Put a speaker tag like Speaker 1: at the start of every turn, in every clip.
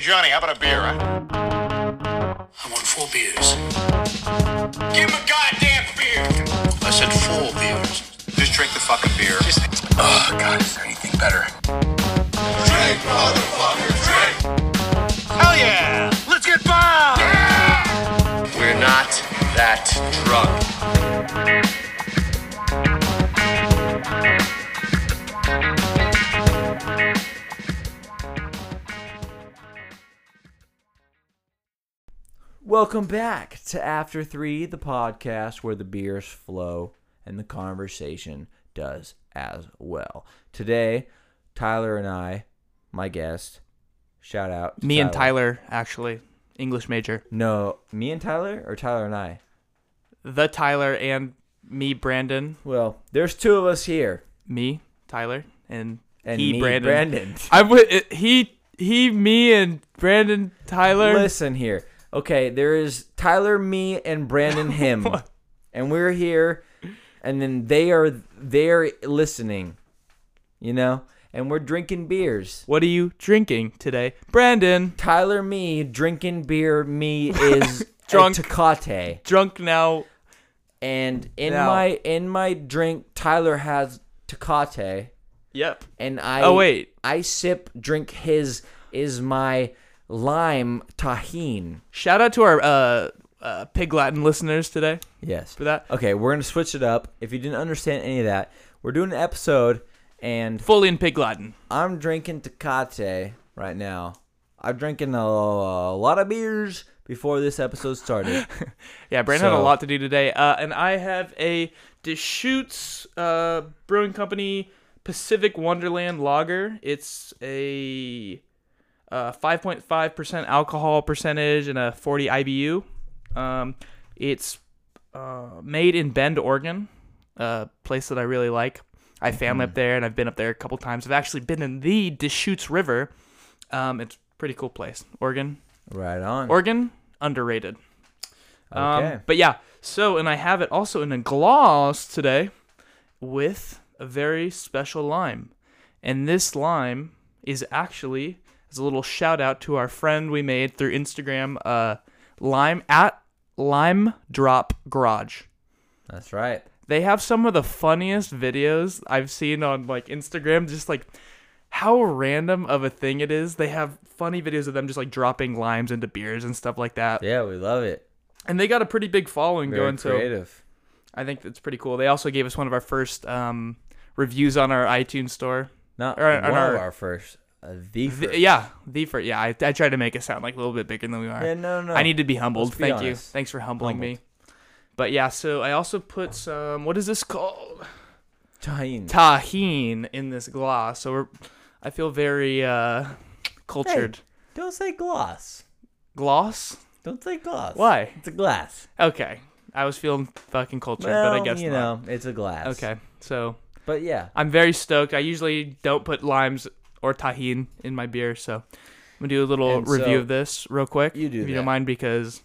Speaker 1: Johnny, how about a beer? huh?
Speaker 2: I want four beers.
Speaker 1: Give him a goddamn beer!
Speaker 2: I said four beers.
Speaker 1: Just drink the fucking beer.
Speaker 2: Oh, God, is there anything better?
Speaker 1: drink, motherfucker, drink! Hell yeah! Let's get bombed!
Speaker 2: We're not that drunk.
Speaker 3: Welcome back to After Three, the podcast where the beers flow and the conversation does as well. Today, Tyler and I, my guest, shout out. to
Speaker 4: Me and Tyler, actually, English major.
Speaker 3: No, me and Tyler or Tyler and I?
Speaker 4: The Tyler and me, Brandon.
Speaker 3: Well, there's two of us here.
Speaker 4: Me, Tyler, and,
Speaker 3: And
Speaker 4: he,
Speaker 3: me,
Speaker 4: Brandon.
Speaker 3: Brandon.
Speaker 4: I would it- he he me and Brandon Tyler.
Speaker 3: Listen here. Okay, there is Tyler, me, and Brandon him. and we're here and then they are they're listening. You know? And we're drinking beers.
Speaker 4: What are you drinking today, Brandon?
Speaker 3: Tyler me drinking beer me is drunk
Speaker 4: Drunk.
Speaker 3: Tecate.
Speaker 4: Drunk now.
Speaker 3: And in
Speaker 4: Now.
Speaker 3: my in my drink Tyler has Tecate
Speaker 4: Yep.
Speaker 3: and I
Speaker 4: Oh, wait.
Speaker 3: I sip drink his is my lime tahine.
Speaker 4: Shout out to our uh, uh pig Latin listeners today.
Speaker 3: Yes.
Speaker 4: For that.
Speaker 3: Okay, we're gonna switch it up. If you didn't understand any of that, we're doing an episode and
Speaker 4: Fully in pig Latin.
Speaker 3: I'm drinking Tecate right now. I'm drinking a, a lot of beers before this episode started.
Speaker 4: Yeah, Brandon had
Speaker 3: So-
Speaker 4: a lot to do today. Uh, and I have a Deschutes uh, Brewing Company Pacific Wonderland Lager. It's a uh, 5.5% alcohol percentage and a 40 IBU. Um, it's uh, made in Bend, Oregon, a place that I really like. I have family up there, and I've been up there a couple times. I've actually been in the Deschutes River. Um, it's a pretty cool place. Oregon,
Speaker 3: right on.
Speaker 4: Oregon, underrated.
Speaker 3: Okay.
Speaker 4: Um, but yeah, so and I have it also in a gloss today with a very special lime. And this lime is actually as a little shout out to our friend we made through Instagram, uh, lime at lime drop garage.
Speaker 3: That's right.
Speaker 4: They have some of the funniest videos I've seen on like Instagram, just like how random of a thing it is. They have funny videos of them just like dropping limes into beers and stuff like that.
Speaker 3: Yeah, we love it.
Speaker 4: And they got a pretty big following
Speaker 3: Very
Speaker 4: going, so
Speaker 3: creative.
Speaker 4: I think that's pretty cool. They also gave us one of our first um, reviews on our iTunes store.
Speaker 3: Not
Speaker 4: Or on
Speaker 3: one
Speaker 4: our-
Speaker 3: of our first. Uh, the
Speaker 4: The-
Speaker 3: first.
Speaker 4: yeah, the first. Yeah, I, I tried to make it sound like a little bit bigger than we are.
Speaker 3: Yeah, no, no.
Speaker 4: I need to be humbled.
Speaker 3: Let's be
Speaker 4: Thank you.
Speaker 3: honest.
Speaker 4: Thanks for humbling me. But yeah, so I also put some. What is this called?
Speaker 3: Tahine.
Speaker 4: Tahine in this gloss. So we're. I feel very uh, cultured.
Speaker 3: Don't say gloss.
Speaker 4: Gloss.
Speaker 3: Don't say gloss.
Speaker 4: Why?
Speaker 3: It's a glass.
Speaker 4: Okay. I was feeling fucking cultured,
Speaker 3: Well,
Speaker 4: but I guess
Speaker 3: you
Speaker 4: not.
Speaker 3: know, it's a glass.
Speaker 4: Okay, so
Speaker 3: But yeah,
Speaker 4: I'm very stoked. I usually don't put limes or tahine in my beer, so I'm gonna do a little
Speaker 3: And
Speaker 4: review
Speaker 3: so-
Speaker 4: of this real quick.
Speaker 3: You do
Speaker 4: if you
Speaker 3: that.
Speaker 4: don't mind, because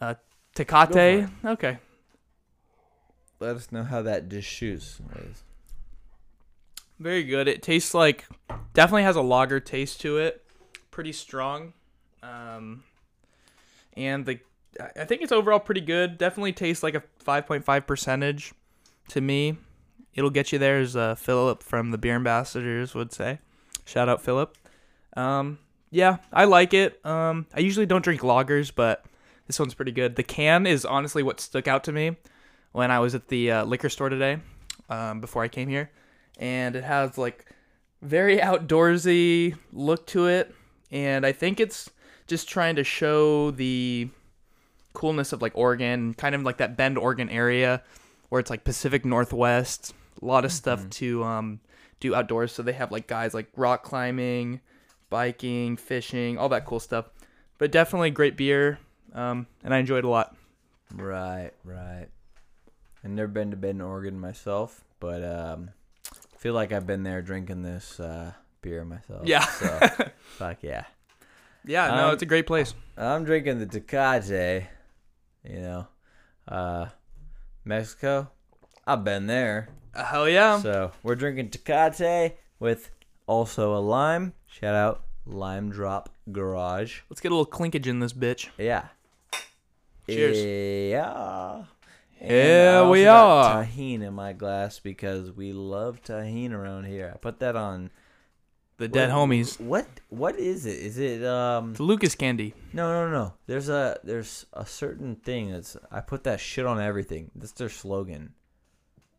Speaker 4: uh,
Speaker 3: Go
Speaker 4: Tecate. Okay,
Speaker 3: let us know how that Deschutes was.
Speaker 4: very good. It tastes like definitely has a lager taste to it. Pretty strong, um, and the I- I think it's overall pretty good. Definitely tastes like a 5.5 percentage to me. It'll get you there, as uh, Philip from the Beer Ambassadors would say. Shout out Philip. Um, yeah, I like it. Um, I usually don't drink lagers, but this one's pretty good. The can is honestly what stuck out to me when I was at the uh, liquor store today um, before I came here, and it has like very outdoorsy look to it, and I think it's just trying to show the coolness of like Oregon, kind of like that Bend, Oregon area where it's like Pacific Northwest, a lot of stuff to um, do outdoors. So they have like guys like rock climbing, biking, fishing, all that cool stuff. But definitely great beer, um, and I enjoyed a lot.
Speaker 3: Right, right. I've never been to Bend, Oregon myself, but um, I feel like I've been there drinking this uh, beer myself.
Speaker 4: Yeah.
Speaker 3: So, fuck yeah.
Speaker 4: Yeah, no,
Speaker 3: Um,
Speaker 4: it's a great place.
Speaker 3: I'm drinking the Tecate, you know, uh, Mexico. I've been there.
Speaker 4: Uh, hell yeah.
Speaker 3: So we're drinking Tecate with also a lime. Shout out Lime Drop Garage.
Speaker 4: Let's get a little clinkage in this bitch.
Speaker 3: Yeah.
Speaker 4: Cheers.
Speaker 3: Yeah. And
Speaker 4: Yeah,
Speaker 3: I also
Speaker 4: we
Speaker 3: got
Speaker 4: are.
Speaker 3: Tahine in my glass because we love tahine around here. I put that on.
Speaker 4: The dead
Speaker 3: What-
Speaker 4: homies.
Speaker 3: What? What is it? Is it um?
Speaker 4: The Lucas candy.
Speaker 3: No, no, no. There's a there's a certain thing that's I put that shit on everything. That's their slogan.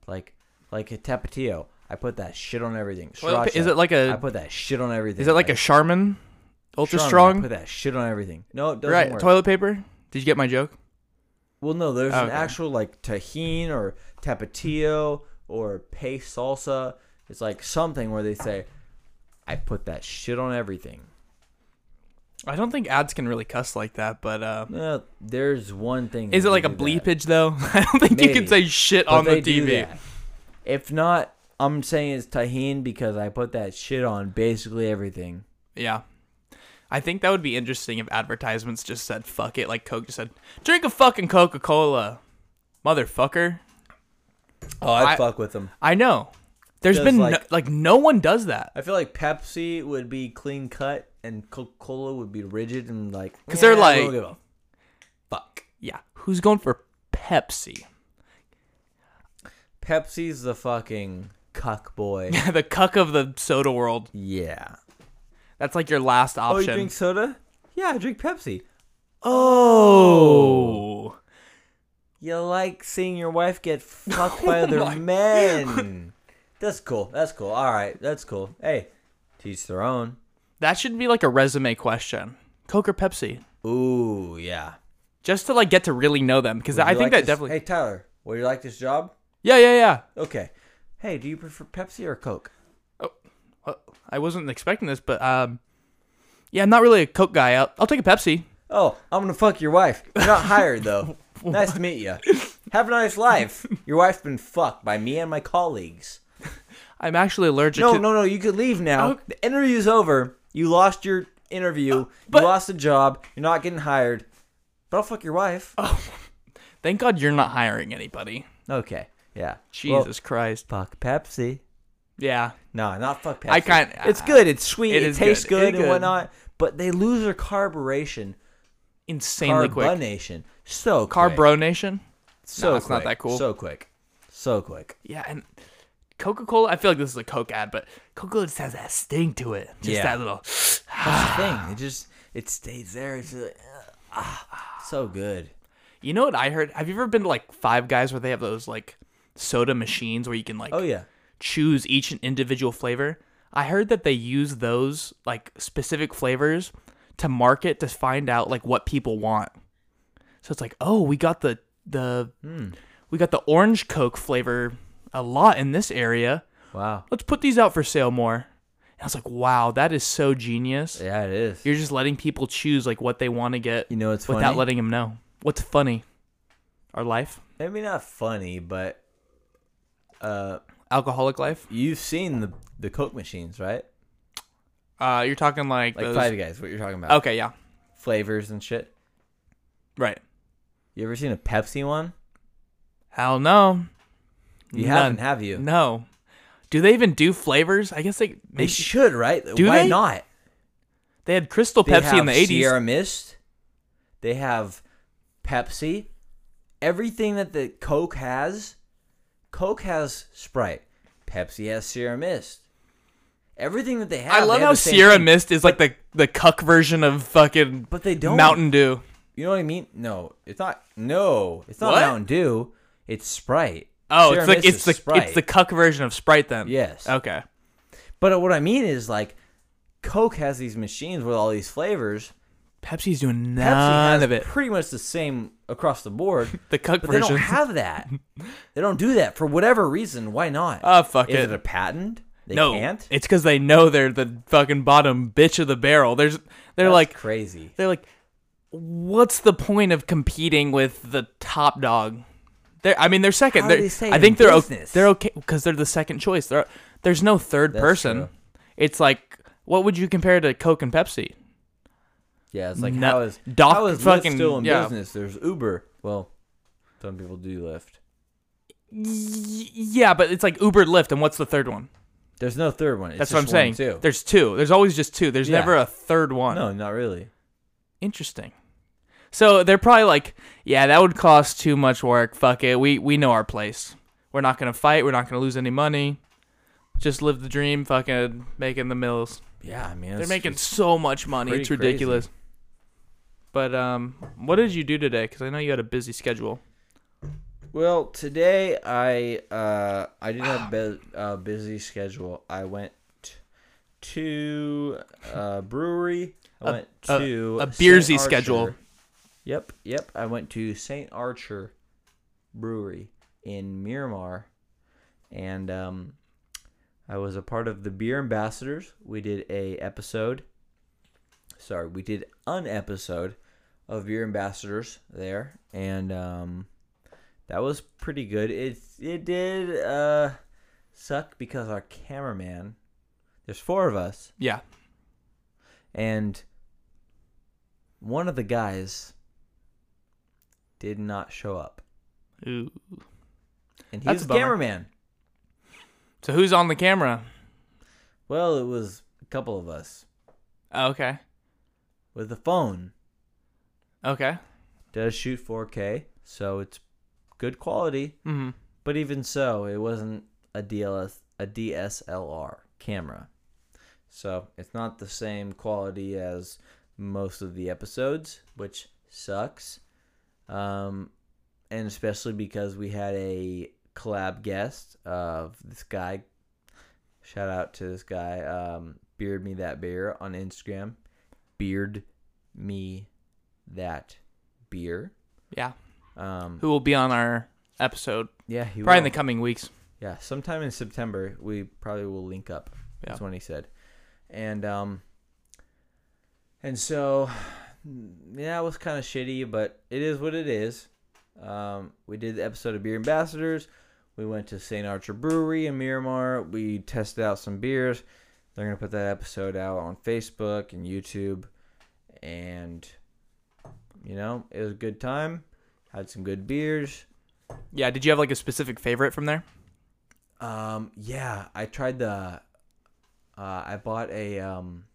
Speaker 3: Like like a tapatio. I put that shit on everything.
Speaker 4: Well,
Speaker 3: Sriracha,
Speaker 4: is it like a-
Speaker 3: I put that shit on everything.
Speaker 4: Is it like a Charmin? Ultra strong?
Speaker 3: I put that shit on everything. No, it doesn't
Speaker 4: Right.
Speaker 3: work.
Speaker 4: Toilet paper? Did you get my joke?
Speaker 3: Well, no, there's an
Speaker 4: Okay.
Speaker 3: actual like tahine or tapatio or pay salsa. It's like something where they say, "I put that shit on everything."
Speaker 4: I don't think ads can really cuss like that, but uh,
Speaker 3: No, there's one thing.
Speaker 4: is it
Speaker 3: that
Speaker 4: like a
Speaker 3: they do that.
Speaker 4: bleepage though? I don't think you
Speaker 3: Maybe.
Speaker 4: can say shit
Speaker 3: But
Speaker 4: on the
Speaker 3: they do
Speaker 4: TV.
Speaker 3: that. If not, I'm saying it's tahine because I put that shit on basically everything.
Speaker 4: Yeah. I think that would be interesting if advertisements just said fuck it, like Coke just said, drink a fucking Coca Cola, motherfucker.
Speaker 3: Oh, I'd
Speaker 4: I-
Speaker 3: fuck with them.
Speaker 4: I know. There's
Speaker 3: Does,
Speaker 4: been like, no,
Speaker 3: like-
Speaker 4: like no one does that
Speaker 3: I feel like Pepsi would be clean cut and Coca Cola would be rigid and like.
Speaker 4: 'Cause they're
Speaker 3: "Yeah, we
Speaker 4: like-
Speaker 3: don't give a Fuck.
Speaker 4: Yeah, who's going for Pepsi?
Speaker 3: Pepsi's the fucking cuck boy.
Speaker 4: the cuck of the soda world.
Speaker 3: yeah.
Speaker 4: That's like your last
Speaker 3: Oh, you
Speaker 4: option.
Speaker 3: drink soda? Yeah, I drink Pepsi.
Speaker 4: oh.
Speaker 3: You like seeing your wife get fucked
Speaker 4: Oh
Speaker 3: by other men. That's cool. That's cool. All right. That's cool. Hey, teach their own.
Speaker 4: That should be like a resume question. Coke or Pepsi?
Speaker 3: Ooh, yeah.
Speaker 4: Just to like get to really know them because I
Speaker 3: You
Speaker 4: think
Speaker 3: like
Speaker 4: that
Speaker 3: this-
Speaker 4: definitely
Speaker 3: Hey Tyler, would you like this job?
Speaker 4: Yeah, yeah, yeah.
Speaker 3: Okay. Hey, do you prefer Pepsi or Coke?
Speaker 4: Oh, I wasn't expecting this, but um yeah, I'm not really a Coke guy. I'll, I'll take a Pepsi.
Speaker 3: Oh, I'm gonna fuck your wife. You're not hired though. nice to meet you. Have a nice life. Your wife's been fucked by me and my colleagues.
Speaker 4: I'm actually allergic
Speaker 3: No,
Speaker 4: to
Speaker 3: no, no. You could leave now.
Speaker 4: Oh. Uh,
Speaker 3: The interview's over. You lost your interview.
Speaker 4: but-
Speaker 3: you lost a job. You're not getting hired. But I'll fuck your wife.
Speaker 4: Uh. Thank God you're not hiring anybody.
Speaker 3: Okay. Yeah. Well,
Speaker 4: Jesus Christ.
Speaker 3: fuck Pepsi.
Speaker 4: Yeah.
Speaker 3: No, not fuck Pepsi.
Speaker 4: I can't-
Speaker 3: It's good. It's sweet.
Speaker 4: It
Speaker 3: It,
Speaker 4: is
Speaker 3: tastes
Speaker 4: good. It
Speaker 3: good,
Speaker 4: is
Speaker 3: and
Speaker 4: good.
Speaker 3: whatnot. But they lose their carburation,
Speaker 4: Insanely quick.
Speaker 3: carbonation. So quick.
Speaker 4: Carbro Nation?
Speaker 3: So
Speaker 4: Nah, it's not
Speaker 3: quick.
Speaker 4: that cool.
Speaker 3: So quick. So quick.
Speaker 4: Yeah, and Coca Cola, I feel like this is a Coke ad, but Coca Cola just has that sting to it. Just
Speaker 3: Yeah.
Speaker 4: that little.
Speaker 3: That's the thing. It just it stays there. It's just, ah, so good.
Speaker 4: You know what I heard? Have you ever been to like Five Guys where they have those like soda machines where you can like
Speaker 3: Oh yeah.
Speaker 4: choose each individual flavor? I heard that they use those like specific flavors to market to find out like what people want. So it's like, oh, we got the the
Speaker 3: Hmm.
Speaker 4: we got the orange Coke flavor a lot in this area.
Speaker 3: Wow.
Speaker 4: Let's put these out for sale more. And I was like, wow, that is so genius.
Speaker 3: Yeah, it is.
Speaker 4: You're just letting people choose like what they want to get.
Speaker 3: You know what's
Speaker 4: without
Speaker 3: funny?
Speaker 4: letting them know. What's funny? Our life,
Speaker 3: Maybe not funny, but uh,
Speaker 4: alcoholic life.
Speaker 3: you've seen the the Coke machines, right?
Speaker 4: Uh, you're talking like,
Speaker 3: Like
Speaker 4: those-
Speaker 3: Five Guys. What you're talking about?
Speaker 4: Okay, yeah,
Speaker 3: Flavors and shit.
Speaker 4: right.
Speaker 3: You ever seen a Pepsi one?
Speaker 4: Hell no.
Speaker 3: You
Speaker 4: None.
Speaker 3: haven't, have you?
Speaker 4: No. Do they even do flavors? I guess they
Speaker 3: They
Speaker 4: they,
Speaker 3: should, right?
Speaker 4: Do
Speaker 3: Why
Speaker 4: they?
Speaker 3: not?
Speaker 4: they had Crystal
Speaker 3: They
Speaker 4: Pepsi
Speaker 3: have
Speaker 4: in the 80s.
Speaker 3: Sierra Mist. They have Pepsi. Everything that the Coke has, Coke has Sprite. Pepsi has Sierra Mist. Everything that they have.
Speaker 4: I
Speaker 3: they
Speaker 4: love
Speaker 3: have
Speaker 4: how
Speaker 3: the same
Speaker 4: Sierra
Speaker 3: thing.
Speaker 4: Mist is like the the cuck version of fucking
Speaker 3: But they don't.
Speaker 4: Mountain Dew.
Speaker 3: You know what I mean? No, it's not. No, it's not
Speaker 4: What?
Speaker 3: Mountain Dew. It's Sprite.
Speaker 4: Oh,
Speaker 3: Sierra
Speaker 4: it's like
Speaker 3: Mist
Speaker 4: it's
Speaker 3: is
Speaker 4: the it's
Speaker 3: Sprite.
Speaker 4: the cuck version of Sprite then.
Speaker 3: Yes.
Speaker 4: Okay.
Speaker 3: But what I mean is like, Coke has these machines with all these flavors.
Speaker 4: Pepsi's doing
Speaker 3: Pepsi
Speaker 4: none
Speaker 3: has
Speaker 4: of it.
Speaker 3: pretty much the same across the board.
Speaker 4: The cuck
Speaker 3: But they
Speaker 4: version.
Speaker 3: don't have that. they don't do that for whatever reason. Why not?
Speaker 4: Oh, fuck
Speaker 3: Is
Speaker 4: it.
Speaker 3: it, a patent? They
Speaker 4: no,
Speaker 3: can't.
Speaker 4: it's because they know they're the fucking bottom bitch of the barrel. There's they're
Speaker 3: That's
Speaker 4: like
Speaker 3: crazy.
Speaker 4: they're like, what's the point of competing with the top dog? They're, I mean, they're second.
Speaker 3: How
Speaker 4: they're,
Speaker 3: do they stay
Speaker 4: I
Speaker 3: in
Speaker 4: think they're o-
Speaker 3: business?
Speaker 4: they're okay because they're the second choice. They're, there's no third
Speaker 3: That's
Speaker 4: person.
Speaker 3: true.
Speaker 4: It's like what would you compare to Coke and Pepsi?
Speaker 3: Yeah, it's like
Speaker 4: No-
Speaker 3: how is
Speaker 4: Doc
Speaker 3: how is Lyft
Speaker 4: fucking-
Speaker 3: still in
Speaker 4: yeah.
Speaker 3: business? There's Uber. Well, some people do Lyft.
Speaker 4: Y- yeah, but it's like Uber, Lyft, and what's the third one?
Speaker 3: There's no third one. It's
Speaker 4: That's what I'm
Speaker 3: just one
Speaker 4: saying.
Speaker 3: Too.
Speaker 4: There's two. There's always just two. There's
Speaker 3: Yeah.
Speaker 4: never a third one.
Speaker 3: no, not really.
Speaker 4: Interesting. So they're probably like, yeah, that would cost too much work. Fuck it. We we know our place. We're not gonna fight. We're not gonna lose any money. Just live the dream. Fucking making the mills.
Speaker 3: Yeah, I mean,
Speaker 4: They're
Speaker 3: it's-
Speaker 4: making so much money.
Speaker 3: pretty
Speaker 4: It's ridiculous. But um, what did you do today? Because I know you had a busy schedule.
Speaker 3: Well, today I uh I did have a bu- uh, busy schedule. I went to a brewery. I went
Speaker 4: a-
Speaker 3: to
Speaker 4: a
Speaker 3: Saint
Speaker 4: beersy schedule.
Speaker 3: Archer. Yep, yep. I went to Saint Archer Brewery in Miramar, and um, I was a part of the Beer Ambassadors. We did a episode. Sorry, we did an episode of Beer Ambassadors there, and um, that was pretty good. It it did uh, suck because our cameraman. There's four of us,
Speaker 4: Yeah.
Speaker 3: and one of the guys did not show up,
Speaker 4: Ooh.
Speaker 3: and he
Speaker 4: That's
Speaker 3: was
Speaker 4: a
Speaker 3: the
Speaker 4: bummer.
Speaker 3: cameraman.
Speaker 4: So who's on the camera?
Speaker 3: Well, it was a couple of us
Speaker 4: Oh, okay.
Speaker 3: with the phone.
Speaker 4: Okay.
Speaker 3: Does shoot 4K, so it's good quality.
Speaker 4: Mm-hmm.
Speaker 3: But even so, it wasn't a DLS a DSLR camera. So it's not the same quality as most of the episodes, which sucks. Um, and especially because we had a collab guest of this guy. Shout out to this guy, um, Beard Me That Beer on Instagram. Beard Me That Beer.
Speaker 4: Yeah.
Speaker 3: Um,
Speaker 4: Who will be on our episode?
Speaker 3: yeah, he
Speaker 4: Probably in
Speaker 3: will.
Speaker 4: the coming weeks.
Speaker 3: Yeah, sometime in September we probably will link up. That's
Speaker 4: Yeah.
Speaker 3: when he said, and um, and so yeah, it was kind of shitty, but it is what it is. Um, we did the episode of Beer Ambassadors. We went to St. Archer Brewery in Miramar. We tested out some beers. They're gonna put that episode out on Facebook and YouTube, and you know it was a good time. Had some good beers.
Speaker 4: Yeah. Did you have like a specific favorite from there?
Speaker 3: Um, yeah, I tried the. Uh, I bought a. Um,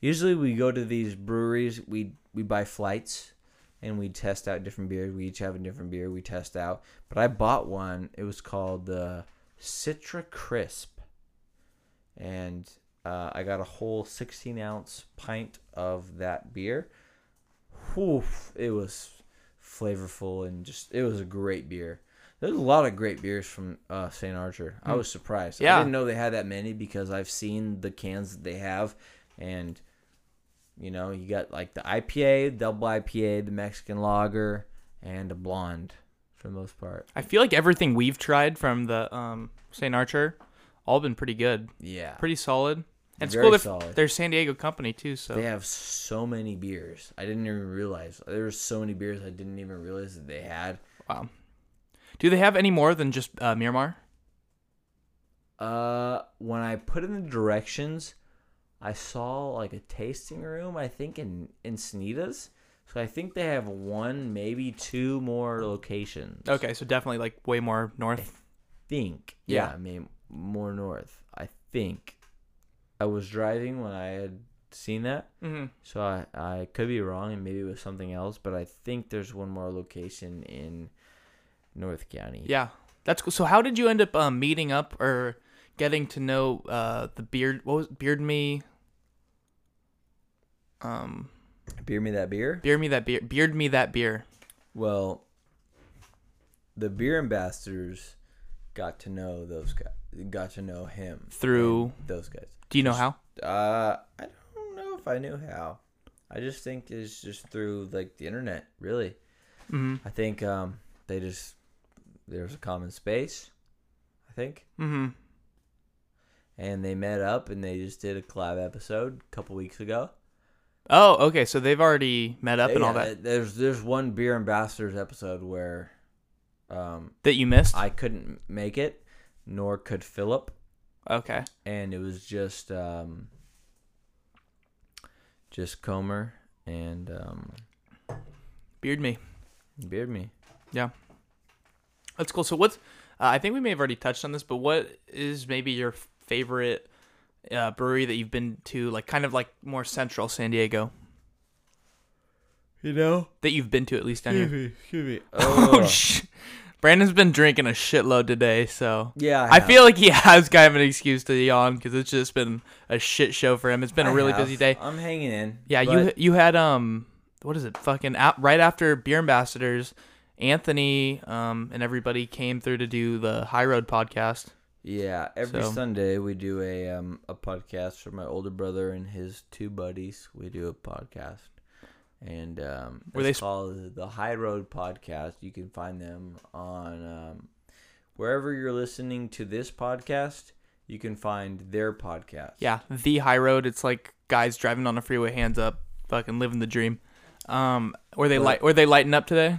Speaker 3: usually we go to these breweries. We we buy flights, and we test out different beers. We each have a different beer we test out. But I bought one. It was called the Citra Crisp, and uh, I got a whole sixteen ounce pint of that beer. Whew, it was flavorful and just it was a great beer. There's a lot of great beers from uh, St. Archer. I was surprised. I
Speaker 4: Yeah.
Speaker 3: didn't know they had that many because I've seen the cans that they have, and you know you got like the IPA, double IPA, the Mexican lager, and a blonde for the most part.
Speaker 4: I feel like everything we've tried from the um, St. Archer, all been pretty good,
Speaker 3: Yeah,
Speaker 4: pretty solid. And it's
Speaker 3: Very
Speaker 4: cool. They're,
Speaker 3: solid.
Speaker 4: they're a San Diego company too, so
Speaker 3: they have so many beers. I didn't even realize there were so many beers I didn't even realize that they had.
Speaker 4: wow. Do they have any more than just uh, Miramar?
Speaker 3: Uh, when I put in the directions, I saw like a tasting room. I think in in Sanitas. So I think they have one, maybe two more locations.
Speaker 4: Okay, so definitely like way more north.
Speaker 3: think. Yeah.
Speaker 4: Yeah.
Speaker 3: I mean more north. I think. I was driving when I had seen that,
Speaker 4: Mm-hmm.
Speaker 3: so I, I could be wrong, and maybe it was something else. But I think there's one more location in North County.
Speaker 4: Yeah, that's cool. So how did you end up um, meeting up or getting to know uh, the beard? What was beard me? Um,
Speaker 3: beer me that beer.
Speaker 4: beard me that beer. Beard me that beer.
Speaker 3: Well, the beer ambassadors got to know those guys. Got to know him
Speaker 4: Through-
Speaker 3: and those guys.
Speaker 4: Do you know how?
Speaker 3: Uh, I don't know if I knew how. I just think it's just through like the internet, really.
Speaker 4: Mhm.
Speaker 3: I think um they just there's a common space, I think,
Speaker 4: Mm-hmm.
Speaker 3: and they met up and they just did a collab episode a couple weeks ago.
Speaker 4: Oh, okay. So they've already met up and all
Speaker 3: Yeah,
Speaker 4: that.
Speaker 3: There's there's one beer ambassadors episode where, um,
Speaker 4: That you missed.
Speaker 3: I couldn't make it, nor could Philip.
Speaker 4: okay.
Speaker 3: and it was just um just Comer and um
Speaker 4: Beard me.
Speaker 3: Beard Me.
Speaker 4: Yeah. That's cool. So what's uh, I think we may have already touched on this, but what is maybe your f- favorite uh, brewery that you've been to, like kind of like more central San Diego
Speaker 3: You know?
Speaker 4: that you've been to at least down here?
Speaker 3: Excuse me.
Speaker 4: Oh, sh- Brandon's been drinking a shitload today, so
Speaker 3: Yeah, I
Speaker 4: I,
Speaker 3: have.
Speaker 4: feel like he has kind of an excuse to yawn because it's just been a shit show for him. It's been a really busy day.
Speaker 3: I'm hanging in.
Speaker 4: Yeah, you
Speaker 3: but
Speaker 4: you had um what is it fucking out right after Beer Ambassadors, Anthony um and everybody came through to do the High Road podcast.
Speaker 3: Yeah, every
Speaker 4: So-
Speaker 3: Sunday we do a um a podcast for my older brother and his two buddies. We do a podcast, and um,
Speaker 4: Were
Speaker 3: it's
Speaker 4: they sp-
Speaker 3: called the High Road Podcast. You can find them on um, wherever you're listening to this podcast. You can find their podcast.
Speaker 4: Yeah, the High Road. It's like guys driving on the freeway, hands up, fucking living the dream. Um, were they light? Were they lighting up today?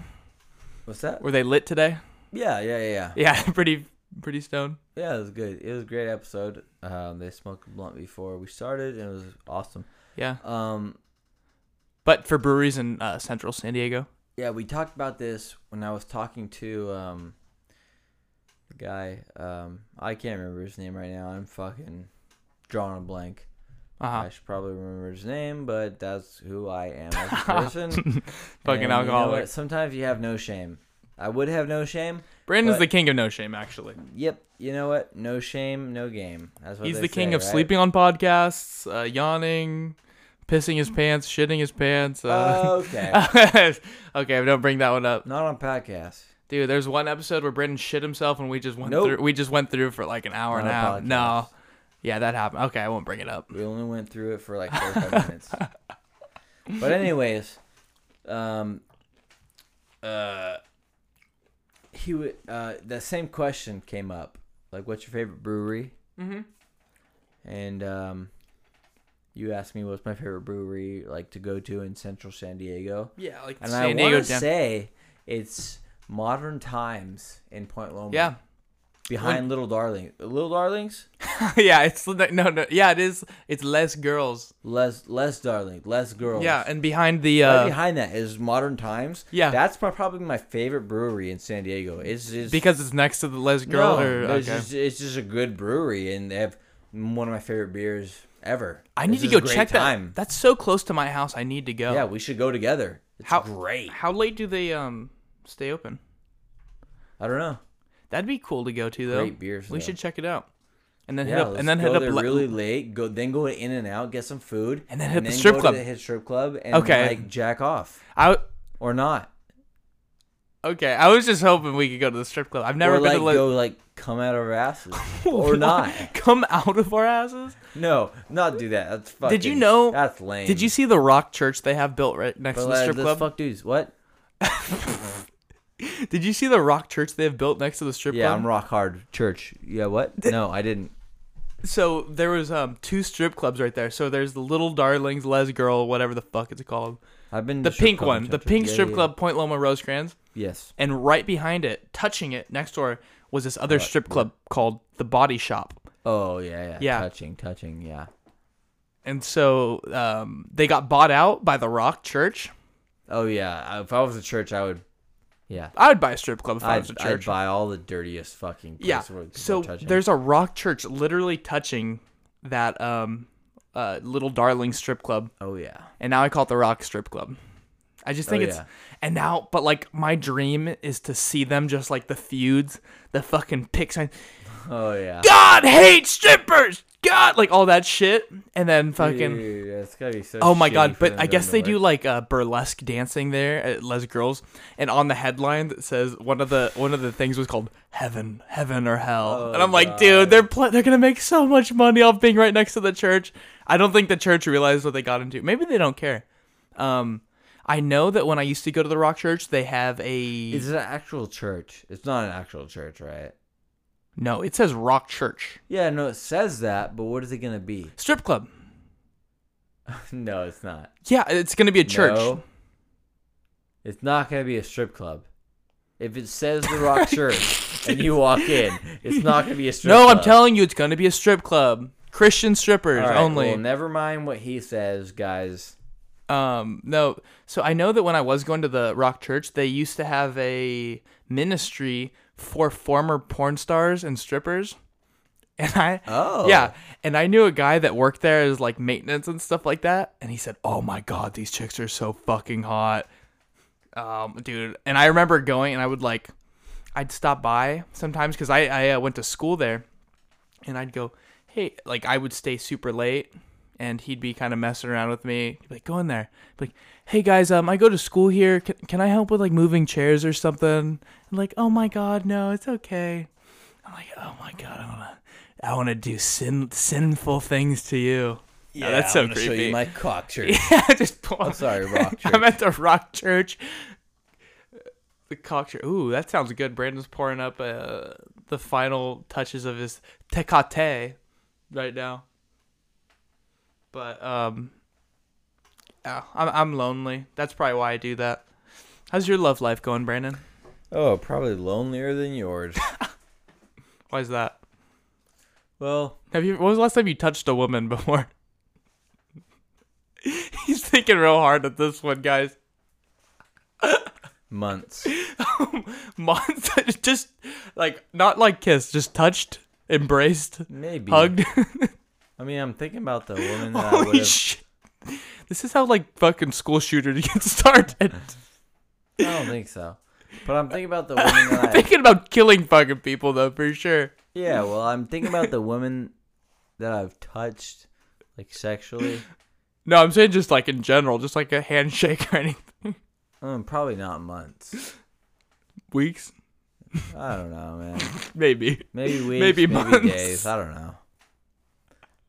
Speaker 3: what's that?
Speaker 4: Were they lit today?
Speaker 3: Yeah, yeah, yeah, yeah.
Speaker 4: Yeah, pretty pretty stoned.
Speaker 3: Yeah, it was good. It was a great episode. Um, they smoked a blunt before we started, and it was awesome.
Speaker 4: Yeah,
Speaker 3: Um,
Speaker 4: but for breweries in uh, Central San Diego.
Speaker 3: Yeah, we talked about this when I was talking to um the guy. Um I can't remember his name right now. I'm fucking drawing a blank.
Speaker 4: Uh
Speaker 3: I should probably remember his name, but that's who I am as a person.
Speaker 4: huh.
Speaker 3: And you
Speaker 4: fucking
Speaker 3: know
Speaker 4: alcoholic.
Speaker 3: what? Sometimes you have no shame. I would have no shame.
Speaker 4: Brandon's
Speaker 3: but-
Speaker 4: the king of no shame. Actually,
Speaker 3: Yep. You know what? No shame, no game. That's what
Speaker 4: he's
Speaker 3: they
Speaker 4: the king
Speaker 3: say,
Speaker 4: of
Speaker 3: right?
Speaker 4: sleeping on podcasts, uh, yawning, pissing his pants, shitting his pants. Uh,
Speaker 3: Okay.
Speaker 4: okay, don't bring that one up.
Speaker 3: Not on podcast.
Speaker 4: Dude, there's one episode where Brandon shit himself and we just went
Speaker 3: Nope.
Speaker 4: through we just went through for like an hour
Speaker 3: Not
Speaker 4: and
Speaker 3: a
Speaker 4: a half.
Speaker 3: podcast.
Speaker 4: No. Yeah, that happened. Okay, I won't bring it up.
Speaker 3: We only went through it for like 45 minutes. But anyways, um, uh, he would. Uh, the same question came up, like, "What's your favorite brewery?" Mm-hmm. And um, you asked me what's my favorite brewery like to go to in Central San Diego,
Speaker 4: Yeah, like
Speaker 3: and
Speaker 4: San
Speaker 3: I
Speaker 4: Diego
Speaker 3: want to
Speaker 4: down.
Speaker 3: say it's Modern Times in Point Loma.
Speaker 4: yeah.
Speaker 3: behind Little Darling, Little Darlings,
Speaker 4: yeah, it's no no yeah, it is it's less girls.
Speaker 3: Les Les Darling, Les Girls.
Speaker 4: Yeah, and behind the
Speaker 3: Right
Speaker 4: uh
Speaker 3: behind that is Modern Times.
Speaker 4: Yeah.
Speaker 3: that's my, probably my favorite brewery in San Diego. It's, it's
Speaker 4: because it's next to the Les
Speaker 3: no,
Speaker 4: Girl or
Speaker 3: it's,
Speaker 4: okay.
Speaker 3: just, it's just a good brewery, and they have one of my favorite beers ever.
Speaker 4: I need
Speaker 3: It's
Speaker 4: to
Speaker 3: just a
Speaker 4: go
Speaker 3: great
Speaker 4: check
Speaker 3: time.
Speaker 4: that. That's so close to my house. I need to go.
Speaker 3: Yeah, we should go together. It's
Speaker 4: how
Speaker 3: great.
Speaker 4: How late do they um stay open?
Speaker 3: I don't know.
Speaker 4: That'd be cool to go to though.
Speaker 3: Great beers,
Speaker 4: We
Speaker 3: though.
Speaker 4: should check it out. And then
Speaker 3: Yeah,
Speaker 4: hit up
Speaker 3: let's
Speaker 4: and then
Speaker 3: go
Speaker 4: hit up
Speaker 3: there
Speaker 4: Le-
Speaker 3: really late. Go then go to In and Out, get some food,
Speaker 4: And then hit the strip
Speaker 3: go to
Speaker 4: club.
Speaker 3: the hit strip club, and
Speaker 4: Okay.
Speaker 3: like jack off
Speaker 4: I w-
Speaker 3: or not.
Speaker 4: Okay, I was just hoping we could go to the strip club. I've never
Speaker 3: or
Speaker 4: been
Speaker 3: like
Speaker 4: to like,
Speaker 3: go like come out of our asses or not.
Speaker 4: come out of our asses.
Speaker 3: No, not do that. That's fucking.
Speaker 4: Did you know-
Speaker 3: That's lame.
Speaker 4: Did you see the rock church they have built right next
Speaker 3: But
Speaker 4: to
Speaker 3: like,
Speaker 4: the strip
Speaker 3: those
Speaker 4: club?
Speaker 3: Fuck dudes. What?
Speaker 4: Did you see the rock church they have built next to the strip
Speaker 3: Yeah,
Speaker 4: club?
Speaker 3: I'm rock hard church. Yeah, what? No, I didn't.
Speaker 4: So there was um two strip clubs right there. So there's the Little Darlings, Les Girl, whatever the fuck it's called.
Speaker 3: I've been
Speaker 4: The
Speaker 3: to strip
Speaker 4: pink
Speaker 3: club
Speaker 4: one, the
Speaker 3: churches.
Speaker 4: pink
Speaker 3: Yeah,
Speaker 4: strip
Speaker 3: yeah,
Speaker 4: club, Point Loma Rosecrans,
Speaker 3: yeah. Yes.
Speaker 4: and right behind it, touching it next door was this other strip club called the Body Shop.
Speaker 3: Oh yeah, yeah.
Speaker 4: Yeah.
Speaker 3: Touching, touching. Yeah.
Speaker 4: And so um, they got bought out by the Rock Church.
Speaker 3: Oh yeah. I- If I was a church, I would. Yeah.
Speaker 4: I would buy a strip club if I was
Speaker 3: I'd,
Speaker 4: a
Speaker 3: I'd
Speaker 4: church.
Speaker 3: buy all the dirtiest fucking. Place
Speaker 4: yeah.
Speaker 3: Where people
Speaker 4: So
Speaker 3: are touching.
Speaker 4: there's a rock church literally touching that um uh little darling strip club,
Speaker 3: Oh yeah.
Speaker 4: and now I call it the rock strip club. I just think
Speaker 3: Oh,
Speaker 4: it's
Speaker 3: yeah.
Speaker 4: and now, but like my dream is to see them just like the feuds, the fucking pick sign.
Speaker 3: Oh yeah.
Speaker 4: God hate strippers. God, like all that shit, and then fucking.
Speaker 3: Dude, it's gotta be so.
Speaker 4: Oh my
Speaker 3: shitty
Speaker 4: god!
Speaker 3: for
Speaker 4: But
Speaker 3: them
Speaker 4: I
Speaker 3: to
Speaker 4: guess
Speaker 3: go
Speaker 4: they
Speaker 3: to
Speaker 4: do
Speaker 3: work.
Speaker 4: like uh, burlesque dancing there at Les Girls, and on the headline that says one of the one of the things was called "Heaven, Heaven or Hell,"
Speaker 3: Oh,
Speaker 4: and I'm like, dude, they're pl- they're gonna make so much money off being right next to the church. I don't think the church realized what they got into. Maybe they don't care. Um, I know that when I used to go to the Rock Church, they have a
Speaker 3: It's an actual church. It's not an actual church, right?
Speaker 4: no. It says Rock Church
Speaker 3: Yeah. No, it says that, but what is it gonna be?
Speaker 4: strip club.
Speaker 3: no, it's not.
Speaker 4: Yeah, it's gonna be a church.
Speaker 3: No. It's not going to be a strip club. If it says The Rock Church and you walk in, it's not going to be a strip
Speaker 4: No,
Speaker 3: club.
Speaker 4: I'm telling you, it's gonna be a strip club. Christian strippers
Speaker 3: All right,
Speaker 4: only.
Speaker 3: Well, never mind what he says, guys.
Speaker 4: Um, no. So I know that when I was going to the rock church, they used to have a ministry for former porn stars and strippers, And I
Speaker 3: Oh.
Speaker 4: yeah, and I knew a guy that worked there as like maintenance and stuff like that, and he said, "Oh my god, these chicks are so fucking hot." Um dude, and I remember going and I would like I'd stop by sometimes cuz I I uh, went to school there and I'd go, "Hey, like I would stay super late." And he'd be kind of messing around with me. He'd be like, "Go in there." I'd be like, "Hey guys, um, I go to school here. Can, can I help with like moving chairs or something?" And like, "Oh my god, no, it's okay." I'm like, "Oh my god, I wanna, I wanna do sin, sinful things to you." Yeah, that's so
Speaker 3: I'm gonna
Speaker 4: creepy.
Speaker 3: Show you my cock shirt.
Speaker 4: yeah, just pull. I'm
Speaker 3: sorry, rock
Speaker 4: I'm
Speaker 3: church.
Speaker 4: at the rock church. The cock church. Ooh, that sounds good. Brandon's pouring up uh, the final touches of his tecate right now. But um, yeah, I'm I'm lonely. That's probably why I do that. How's your love life going, Brandon?
Speaker 3: Oh, probably lonelier than yours.
Speaker 4: Why's that?
Speaker 3: Well,
Speaker 4: Have you? When was the last time you touched a woman before? He's thinking real hard at this one, guys.
Speaker 3: months.
Speaker 4: months just like not like kiss just touched embraced
Speaker 3: Maybe.
Speaker 4: hugged
Speaker 3: I mean, I'm thinking about the woman that I would
Speaker 4: holy
Speaker 3: have.
Speaker 4: shit this is how like fucking school shooters get started
Speaker 3: I don't think so. But I'm thinking about the woman that I.
Speaker 4: thinking about killing fucking people though for sure
Speaker 3: Yeah, well, I'm thinking about the women that I've touched, like sexually.
Speaker 4: no i'm saying just like in general just like a handshake or anything
Speaker 3: Um, probably not months.
Speaker 4: weeks
Speaker 3: I don't know, man.
Speaker 4: maybe
Speaker 3: Maybe weeks,
Speaker 4: Maybe
Speaker 3: maybe,
Speaker 4: months.
Speaker 3: days. I don't know.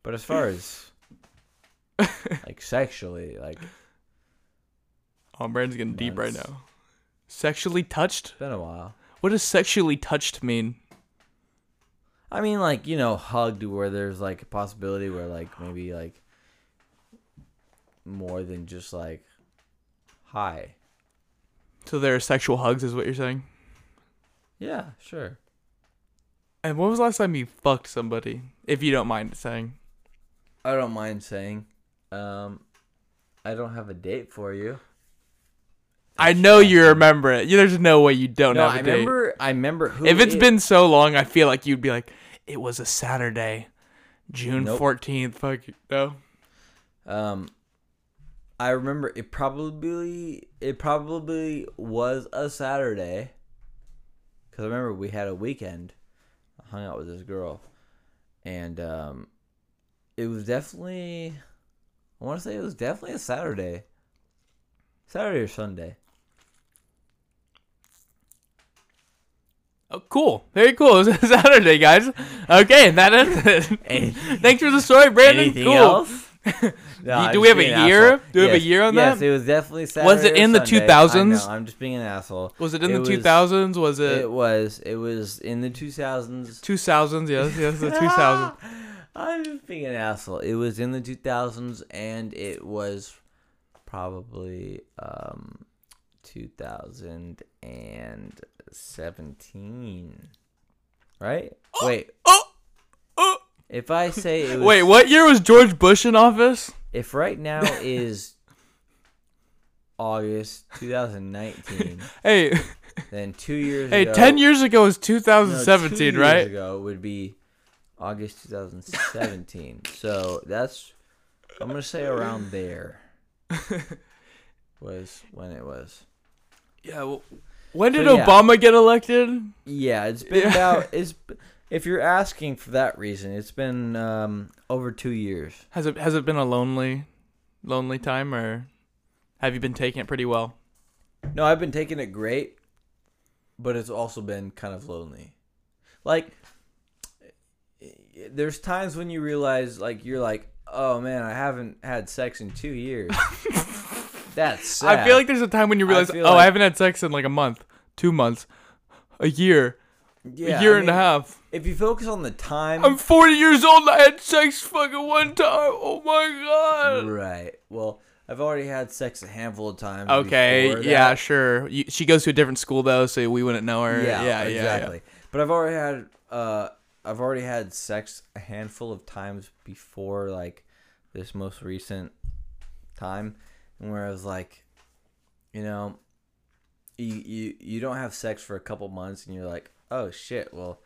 Speaker 3: But as far as like sexually, like it's
Speaker 4: oh brandon's getting deep right
Speaker 3: Months.
Speaker 4: now sexually touched
Speaker 3: been a while.
Speaker 4: what does sexually touched mean
Speaker 3: I mean, like you know, hugged where there's like a possibility where like maybe like more than just like hi.
Speaker 4: so there are sexual hugs is what you're saying
Speaker 3: Yeah, sure.
Speaker 4: and when was the last time you fucked somebody if you don't mind saying
Speaker 3: I don't mind saying. Um, I don't have a date for you.
Speaker 4: I know you remember it. You- There's no way you don't
Speaker 3: No,
Speaker 4: have a
Speaker 3: I
Speaker 4: date.
Speaker 3: remember. I remember who.
Speaker 4: if it's
Speaker 3: it-
Speaker 4: been so long, I feel like you'd be like, it was a Saturday, June
Speaker 3: Nope.
Speaker 4: 14th. Fuck you. No.
Speaker 3: Um, I remember it probably it probably was a Saturday. Cause I remember we had a weekend. I hung out with this girl, and um, it was definitely. I want to say it was definitely a Saturday. Saturday or Sunday.
Speaker 4: Oh, cool. Very cool. It was a Saturday, guys. Okay, and that ends it. Thanks for the story, Brandon.
Speaker 3: Anything
Speaker 4: cool.
Speaker 3: else? No,
Speaker 4: Do-
Speaker 3: I'm
Speaker 4: do we
Speaker 3: just
Speaker 4: have a
Speaker 3: being an
Speaker 4: year?
Speaker 3: asshole.
Speaker 4: Do we have a year on
Speaker 3: yes,
Speaker 4: that?
Speaker 3: it was definitely Saturday.
Speaker 4: Was it
Speaker 3: or
Speaker 4: in the
Speaker 3: Sunday. I
Speaker 4: 2000s?
Speaker 3: know, I'm just being an asshole.
Speaker 4: Was it in the
Speaker 3: was-
Speaker 4: 2000s? Was it,
Speaker 3: It was. It was in the 2000s.
Speaker 4: 2000s? Yes, yes, the 2000s.
Speaker 3: I'm just being an asshole. It was in the 2000s, and it was probably um, 2017. Right? Wait.
Speaker 4: Oh, oh.
Speaker 3: If I say it was,
Speaker 4: Wait, what year was George Bush in office?
Speaker 3: If right now is August 2019,
Speaker 4: Hey,
Speaker 3: then two years.
Speaker 4: hey,
Speaker 3: ago,
Speaker 4: 10 years ago was
Speaker 3: No,
Speaker 4: 2017,
Speaker 3: two
Speaker 4: right?
Speaker 3: Years ago would be August 2017. so that's I'm gonna say around there was when it was.
Speaker 4: Yeah. Well, when did
Speaker 3: So, yeah.
Speaker 4: Obama get elected?
Speaker 3: Yeah, it's been
Speaker 4: Yeah.
Speaker 3: about it's. If you're asking for that reason, it's been um, over two years.
Speaker 4: Has it has it been a lonely, lonely time, or have you been taking it pretty well?
Speaker 3: No, I've been taking it great, but it's also been kind of lonely. Like, there's times when you realize, like, you're like, oh man, I haven't had sex in two years. That's sad.
Speaker 4: I feel like there's a time when you realize, oh,
Speaker 3: feel
Speaker 4: I
Speaker 3: like-
Speaker 4: haven't had sex in like a month, two months, a year,
Speaker 3: yeah,
Speaker 4: a year
Speaker 3: I
Speaker 4: and a
Speaker 3: mean,
Speaker 4: half.
Speaker 3: If you focus on the time,
Speaker 4: I'm 40 years old. and I had sex fucking one time. Oh my god.
Speaker 3: right? Well, I've already had sex a handful of times.
Speaker 4: Okay.
Speaker 3: before
Speaker 4: Yeah.
Speaker 3: that.
Speaker 4: Sure. You, she goes to a different school though, so we wouldn't know her. Yeah.
Speaker 3: yeah,
Speaker 4: Yeah.
Speaker 3: exactly. But I've already had uh, I've already had sex a handful of times before, like this most recent time, and where I was like, you know, you you you don't have sex for a couple months, and you're like, oh shit, well.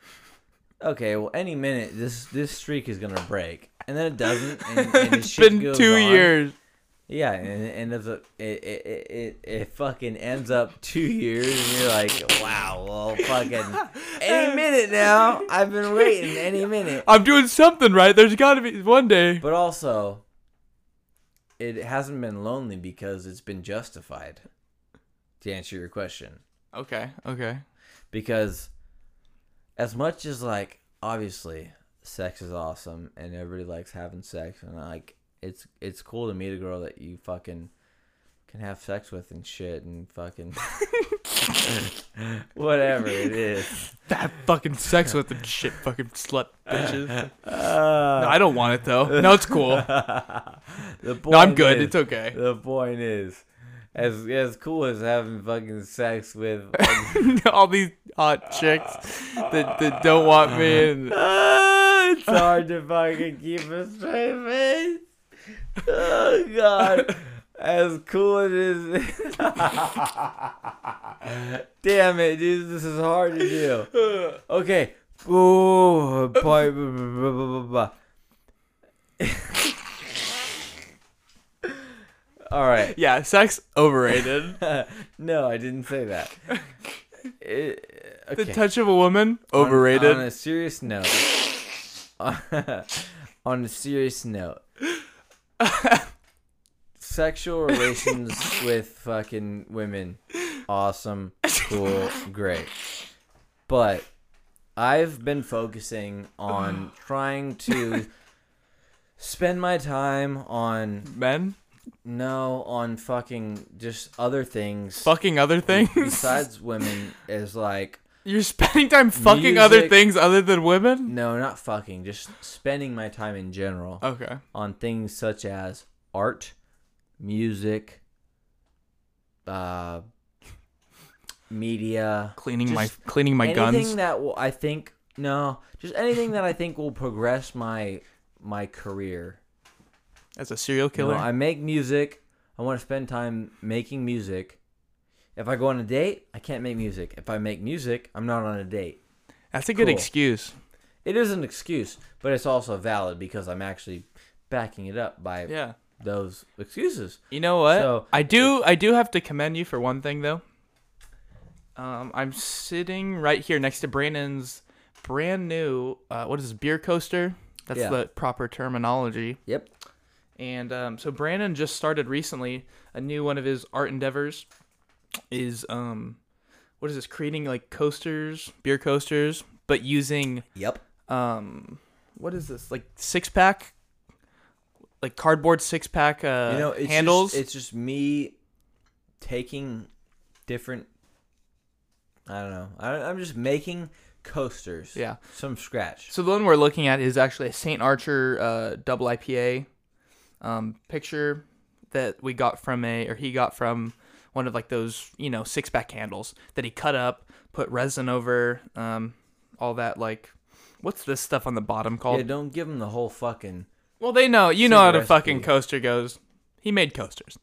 Speaker 3: okay, well, any minute this this streak is gonna break, and then it doesn't. And, and
Speaker 4: it's
Speaker 3: this shit
Speaker 4: been
Speaker 3: goes
Speaker 4: two
Speaker 3: on.
Speaker 4: years.
Speaker 3: Yeah, and it ends up it it, it it it fucking ends up two years, and you're like, wow, well, fucking any minute now. I've been waiting any minute.
Speaker 4: I'm doing something right. There's got to be one day.
Speaker 3: But also, it hasn't been lonely because it's been justified. To answer your question,
Speaker 4: Okay. Okay.
Speaker 3: because as much as like obviously sex is awesome and everybody likes having sex and like it's it's cool to meet a girl that you fucking can have sex with and shit and fucking whatever it is.
Speaker 4: That fucking sex with the shit fucking slut bitches.
Speaker 3: Uh,
Speaker 4: no, I don't want it though. No, it's cool.
Speaker 3: The point
Speaker 4: No, I'm good.
Speaker 3: is-
Speaker 4: It's okay.
Speaker 3: The point is as as cool as having fucking sex with
Speaker 4: All these hot chicks that, that don't want me. And,
Speaker 3: Uh-huh. Ah, it's hard to fucking keep a straight face. Oh god. As cool as it is. Damn it, dude. This is hard to do. Okay. Ooh, boy, blah, blah, blah, blah, blah. All right
Speaker 4: yeah, sex overrated.
Speaker 3: no, I didn't say that. It-
Speaker 4: The
Speaker 3: okay.
Speaker 4: touch of a woman
Speaker 3: On-
Speaker 4: overrated.
Speaker 3: On, a serious note. on a serious note. sexual relations with fucking women. Awesome, cool, great. But I've been focusing on trying to spend my time on
Speaker 4: Men
Speaker 3: no on fucking just other things
Speaker 4: fucking other things.
Speaker 3: besides women is like
Speaker 4: You're spending time fucking other
Speaker 3: Music.
Speaker 4: things other than women.
Speaker 3: no not fucking just spending my time in general
Speaker 4: Okay.
Speaker 3: on things such as art music uh media
Speaker 4: Cleaning
Speaker 3: Just
Speaker 4: my cleaning my
Speaker 3: anything
Speaker 4: guns.
Speaker 3: that will, i think no just anything that i think will progress my my career
Speaker 4: As a serial
Speaker 3: You know,
Speaker 4: killer.
Speaker 3: i make music i want to spend time making music if i go on a date i can't make music if i make music i'm not on a date
Speaker 4: That's a good
Speaker 3: cool.
Speaker 4: excuse.
Speaker 3: it is an excuse, but it's also valid because I'm actually backing it up by
Speaker 4: Yeah.
Speaker 3: those excuses.
Speaker 4: You know what?
Speaker 3: So-
Speaker 4: I do I do have to commend you for one thing though. Um, I'm sitting right here next to Brandon's brand new uh, what is this beer coaster? That's
Speaker 3: Yeah.
Speaker 4: the proper terminology.
Speaker 3: Yep.
Speaker 4: And um, so Brandon just started recently a new one of his art endeavors is um what is this creating like coasters, beer coasters, but using
Speaker 3: Yep.
Speaker 4: um what is this like six pack like cardboard six pack uh
Speaker 3: You know, it's
Speaker 4: handles
Speaker 3: Just, it's just me taking different. I don't know. I, I'm just making coasters.
Speaker 4: Yeah.
Speaker 3: Some scratch.
Speaker 4: So the one we're looking at is actually a St. Archer uh, double IPA um, picture that we got from a or he got from one of like those you know six pack handles that he cut up, put resin over, um, all that like what's this stuff on the bottom called?
Speaker 3: yeah. Don't give them the whole fucking.
Speaker 4: well, they know you know how the
Speaker 3: Cigarette
Speaker 4: fucking
Speaker 3: speed.
Speaker 4: coaster goes. He made coasters,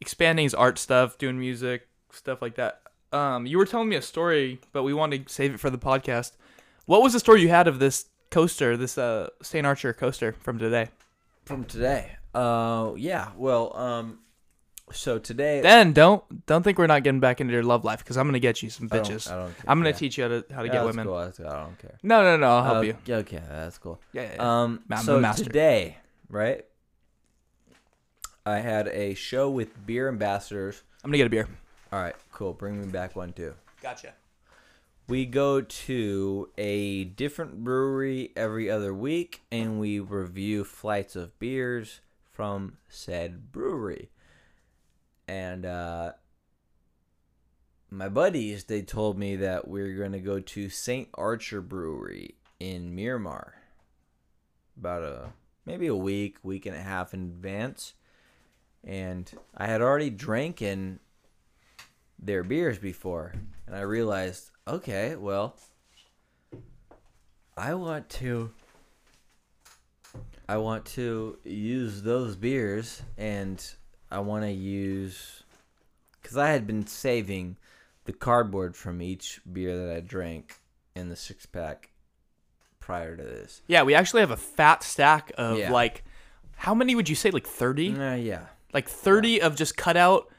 Speaker 4: expanding his art stuff, doing music stuff like that. Um, you were telling me a story, but we wanted to save it for the podcast. What was the story you had of this coaster, this uh St. Archer coaster from today?
Speaker 3: From today. Uh. Yeah. Well. Um. So today.
Speaker 4: Then don't don't think we're not getting back into your love life because I'm gonna get you some
Speaker 3: I don't-
Speaker 4: bitches.
Speaker 3: I don't care,
Speaker 4: am gonna
Speaker 3: yeah.
Speaker 4: teach you how to how to
Speaker 3: Yeah,
Speaker 4: get
Speaker 3: that's
Speaker 4: women.
Speaker 3: cool, that's cool, I don't care.
Speaker 4: No, no, no. I'll help
Speaker 3: Uh,
Speaker 4: you.
Speaker 3: yeah, Okay, that's cool.
Speaker 4: Yeah, yeah, yeah.
Speaker 3: Um,
Speaker 4: Ma- I'm a
Speaker 3: so
Speaker 4: master.
Speaker 3: today, right? I had a show with beer ambassadors.
Speaker 4: I'm gonna get a beer.
Speaker 3: All right, cool. Bring me back one too.
Speaker 4: Gotcha.
Speaker 3: We go to a different brewery every other week, and we review flights of beers from said brewery. And uh, my buddies, they told me that we're going to go to St. Archer Brewery in Miramar about a maybe a week, week and a half in advance. And I had already drank in their beers before, and I realized, okay, well, I want to I want to use those beers and I want to use cuz I had been saving the cardboard from each beer that I drank in the six pack prior to this.
Speaker 4: Yeah, we actually have a fat stack of
Speaker 3: Yeah.
Speaker 4: like, how many would you say? Like thirty?
Speaker 3: Uh, yeah.
Speaker 4: Like thirty of just cutout,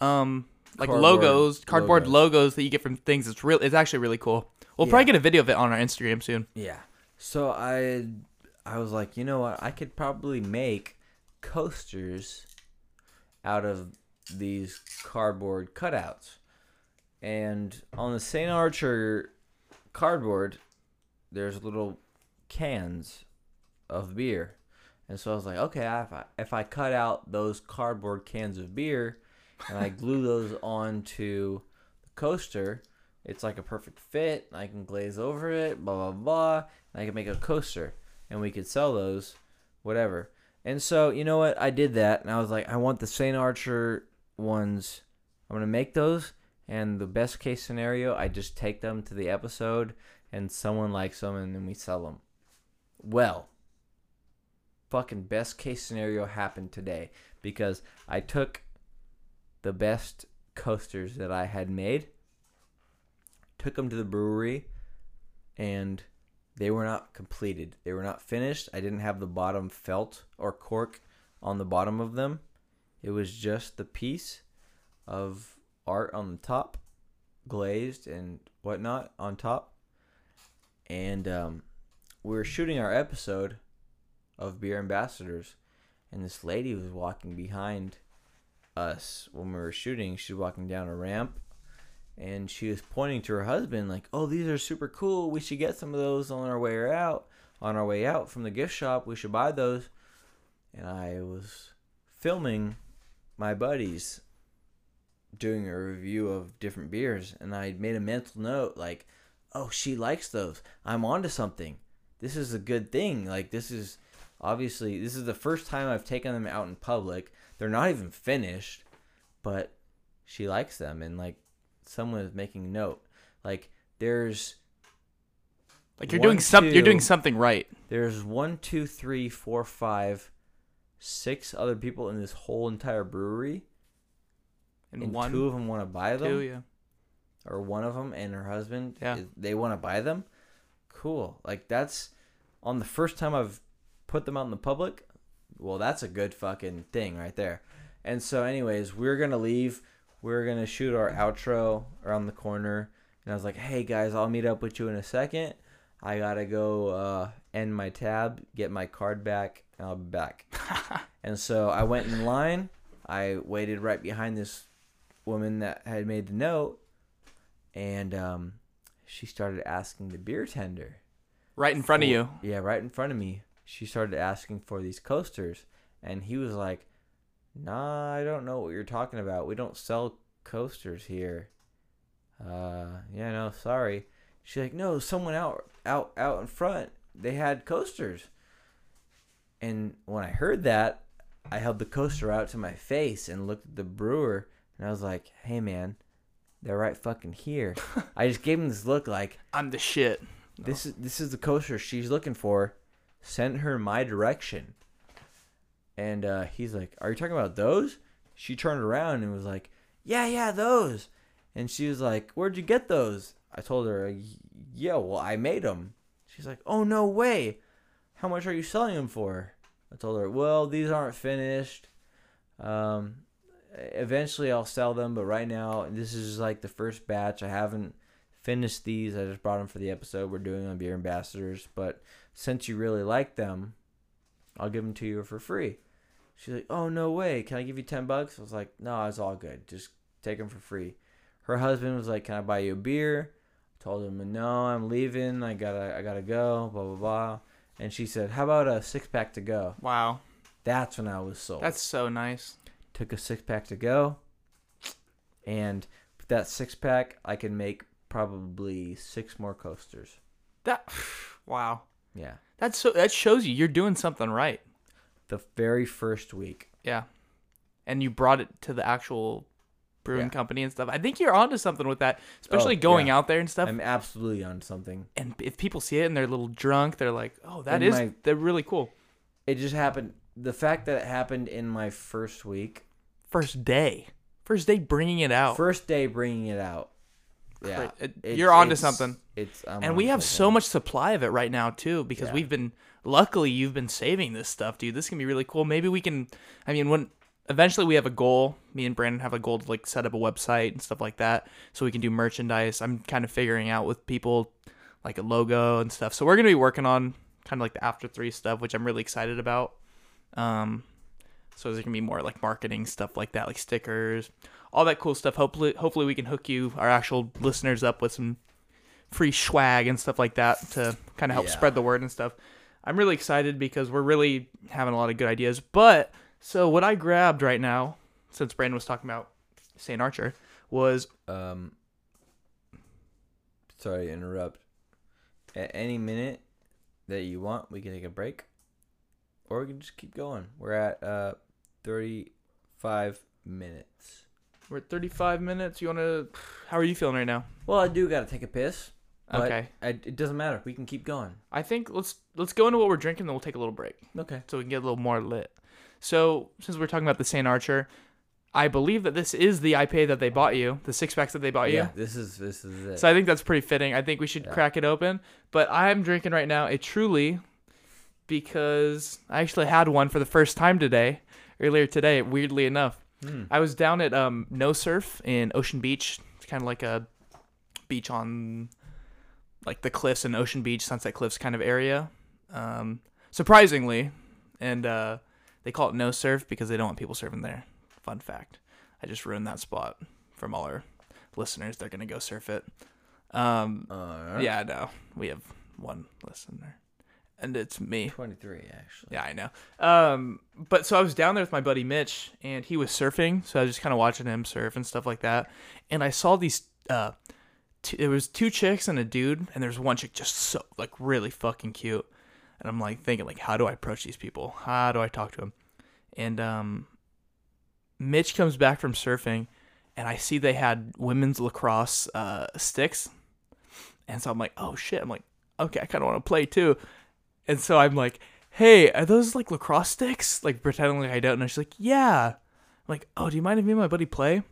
Speaker 4: um, like
Speaker 3: Cardboard
Speaker 4: logos, cardboard logos. that you get from things. It's real. It's actually really cool. We'll probably get a video of it on our Instagram soon.
Speaker 3: Yeah. So I I was like, you know what? I could probably make coasters out of these cardboard cutouts. And on the St. Archer cardboard, there's little cans of beer. And so I was like, okay, if I, if I cut out those cardboard cans of beer and I glue those onto the coaster, it's like a perfect fit. I can glaze over it, blah, blah, blah. And I can make a coaster and we could sell those, whatever. And so, you know what? I did that and I was like, I want the St. Archer ones. I'm going to make those. And the best case scenario, I just take them to the episode and someone likes them and then we sell them. Well, fucking best case scenario happened today because I took the best coasters that I had made, took them to the brewery, and they were not completed. They were not finished. I didn't have the bottom felt or cork on the bottom of them. It was just the piece of art on the top, glazed and whatnot on top. And um, we were shooting our episode of Beer Ambassadors, and this lady was walking behind us when we were shooting. She was walking down a ramp, and she was pointing to her husband like, "Oh, these are super cool. We should get some of those on our way out. On our way out from the gift shop, we should buy those." And I was filming my buddies doing a review of different beers, and I made a mental note like, "Oh, she likes those. I'm onto something. This is a good thing. Like this is." obviously this is the first time I've taken them out in public. They're not even finished, but she likes them and like someone is making note. Like there's
Speaker 4: Like you're
Speaker 3: One,
Speaker 4: doing something. You're doing
Speaker 3: two.
Speaker 4: something right.
Speaker 3: there's one, two, three, four, five, six other people in this whole entire brewery,
Speaker 4: And,
Speaker 3: and
Speaker 4: one,
Speaker 3: two of them want to buy them,
Speaker 4: two, yeah.
Speaker 3: or one of them and her husband.
Speaker 4: Yeah.
Speaker 3: is- they want to buy them. Cool. Like that's on the first time I've put them out in the public. Well, that's a good fucking thing right there. And so, anyways, we're gonna leave. We're gonna shoot our outro around the corner. And I was like, "Hey guys, I'll meet up with you in a second. I gotta go uh, end my tab, get my card back, and I'll be back." and so I went in line. I waited right behind this woman that had made the note, and um, she started asking the beer tender.
Speaker 4: Right in front of you.
Speaker 3: Yeah, right in front of me. She started asking for these coasters, and he was like, "Nah, I don't know what you're talking about. We don't sell coasters here." Uh, yeah, no, sorry. She's like, "No, someone out, out, out in front. They had coasters." And when I heard that, I held the coaster out to my face and looked at the brewer, and I was like, "Hey, man, they're right fucking here." I just gave him this look, like,
Speaker 4: I'm the shit.
Speaker 3: this is this is the kosher she's looking for. Send her my direction. And uh, he's like, "Are you talking about those?" She turned around and was like, "Yeah, yeah, those." And she was like, "Where'd you get those?" I told her, "Y- "Yeah, well, I made them." She's like, "Oh no way! How much are you selling them for?" I told her, "Well, these aren't finished. Um, eventually I'll sell them, but right now this is like the first batch. I haven't finished these. I just brought them for the episode we're doing on Beer Ambassadors. But since you really like them, I'll give them to you for free. She's like, "Oh no way! Can I give you ten bucks?" I was like, "No, it's all good. Just take them for free." Her husband was like, "Can I buy you a beer?" I told him, "No, I'm leaving. I gotta, I gotta go." Blah blah blah. And she said, "How about a six pack to go?"
Speaker 4: Wow,
Speaker 3: That's when I was sold
Speaker 4: that's so nice.
Speaker 3: took a six pack to go, and with that six pack, I can make probably six more coasters.
Speaker 4: That, wow.
Speaker 3: Yeah,
Speaker 4: That's so. That shows you you're doing something right.
Speaker 3: the very first week.
Speaker 4: Yeah. And you brought it to the actual brewing
Speaker 3: Yeah.
Speaker 4: company and stuff. I think you're onto something with that, especially
Speaker 3: Oh,
Speaker 4: going
Speaker 3: yeah.
Speaker 4: out there and stuff.
Speaker 3: I'm absolutely on something.
Speaker 4: and if people see it and they're a little drunk, they're like, "Oh, that
Speaker 3: And
Speaker 4: is-
Speaker 3: my-
Speaker 4: they're really cool."
Speaker 3: It just happened. The fact that it happened in my first week,
Speaker 4: First day, first day bringing it out.
Speaker 3: first day bringing it out, Yeah,
Speaker 4: Oh. It-
Speaker 3: It's-
Speaker 4: you're onto
Speaker 3: it's-
Speaker 4: something.
Speaker 3: It's I'm
Speaker 4: And
Speaker 3: onto
Speaker 4: we have
Speaker 3: something.
Speaker 4: so much supply of it right now too, because we've been luckily you've been saving this stuff, dude. This can be really cool. Maybe we can. I mean, when eventually we have a goal. Me and Brandon have a goal to like set up a website and stuff like that, so we can do merchandise. I'm kind of figuring out with people like a logo and stuff. So we're gonna be working on kind of like the after three stuff, which I'm really excited about. Um, so there's gonna be more like marketing stuff like that, like stickers, all that cool stuff. Hopefully, hopefully we can hook you, our actual listeners, up with some free swag and stuff like that to kind of help
Speaker 3: Yeah.
Speaker 4: spread the word and stuff. I'm really excited because we're really having a lot of good ideas. But so what I grabbed right now, since Brandon was talking about St. Archer, was
Speaker 3: Um, sorry to interrupt. At any minute that you want, we can take a break, or we can just keep going. We're at uh thirty-five minutes.
Speaker 4: we're at 35 minutes. You wanna? How are you feeling right now?
Speaker 3: Well, I do gotta take a piss. But
Speaker 4: Okay.
Speaker 3: I, it doesn't matter. We can keep going.
Speaker 4: I think let's let's go into what we're drinking, then we'll take a little break.
Speaker 3: Okay.
Speaker 4: so we can get a little more lit. So since we're talking about the St. Archer, I believe that this is the IPA that they bought you, the six packs that they bought you.
Speaker 3: Yeah. This is this is it.
Speaker 4: Oh, So I think that's pretty fitting. I think we should crack it open. But I'm drinking right now a Truly because I actually had one for the first time today, earlier today, weirdly enough.
Speaker 3: Hmm.
Speaker 4: I was down at um, No Surf in Ocean Beach. It's kind of like a beach on like the cliffs and Ocean Beach, Sunset Cliffs kind of area. Um, surprisingly, and uh, they call it No Surf because they don't want people surfing there. Fun fact. I just ruined that spot from all our listeners. They're gonna go surf it. Um, yeah, no, we have one listener, and it's me.
Speaker 3: Twenty-three actually.
Speaker 4: Yeah, I know. Um, but so I was down there with my buddy Mitch, and he was surfing. So I was just kind of watching him surf and stuff like that. And I saw these. Uh, t- there was two chicks and a dude, and there's one chick just so like really fucking cute. And I'm like thinking like, how do I approach these people? How do I talk to them? And um, Mitch comes back from surfing, and I see they had women's lacrosse uh, sticks, and so I'm like, oh shit! I'm like, okay, I kind of want to play too. And so I'm like, hey, are those like lacrosse sticks? Like pretending like I don't know. She's like, yeah. I'm like, oh, do you mind if me and my buddy play?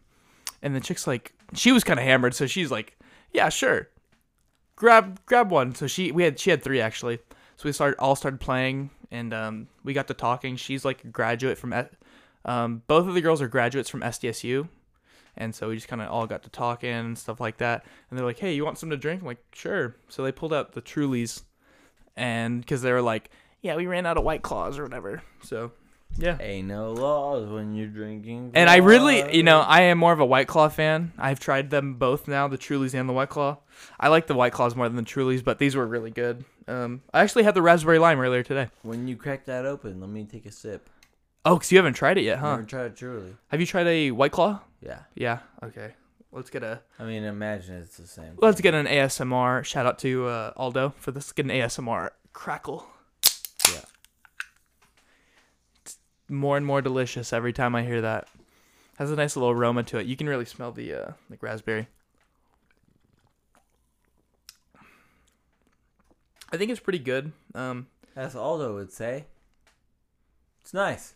Speaker 4: And the chick's like, she was kind of hammered, so she's like, yeah, sure. Grab grab one. So she we had she had three actually. So we started all started playing, and um, we got to talking. She's like a graduate from, S- um, both of the girls are graduates from SDSU, and so we just kind of all got to talking and stuff like that. And they're like, hey, you want something to drink? I'm like, sure. So they pulled out the Trulies and because they were like, yeah, we ran out of White Claws or whatever. So, yeah.
Speaker 3: Ain't no laws when you're drinking.
Speaker 4: And I really,
Speaker 3: water.
Speaker 4: you know, I am more of a White Claw fan. I've tried them both now, the Trulies and the White Claw. I like the White Claws more than the Trulies, but these were really good. Um, I actually had the raspberry lime earlier today.
Speaker 3: when you crack that open, let me take a sip.
Speaker 4: Oh, because you haven't tried it yet,
Speaker 3: Huh.
Speaker 4: huh?
Speaker 3: Never tried it truly.
Speaker 4: Have you tried a White Claw?
Speaker 3: Yeah.
Speaker 4: Yeah. Okay. Let's get a
Speaker 3: I mean, imagine it's the same.
Speaker 4: let's get an ASMR shout out to uh, Aldo for this. Get an ASMR crackle.
Speaker 3: Yeah.
Speaker 4: more and more delicious every time I hear that. Has a nice little aroma to it. You can really smell the uh, like raspberry. I think it's pretty good. Um,
Speaker 3: As Aldo would say, it's nice.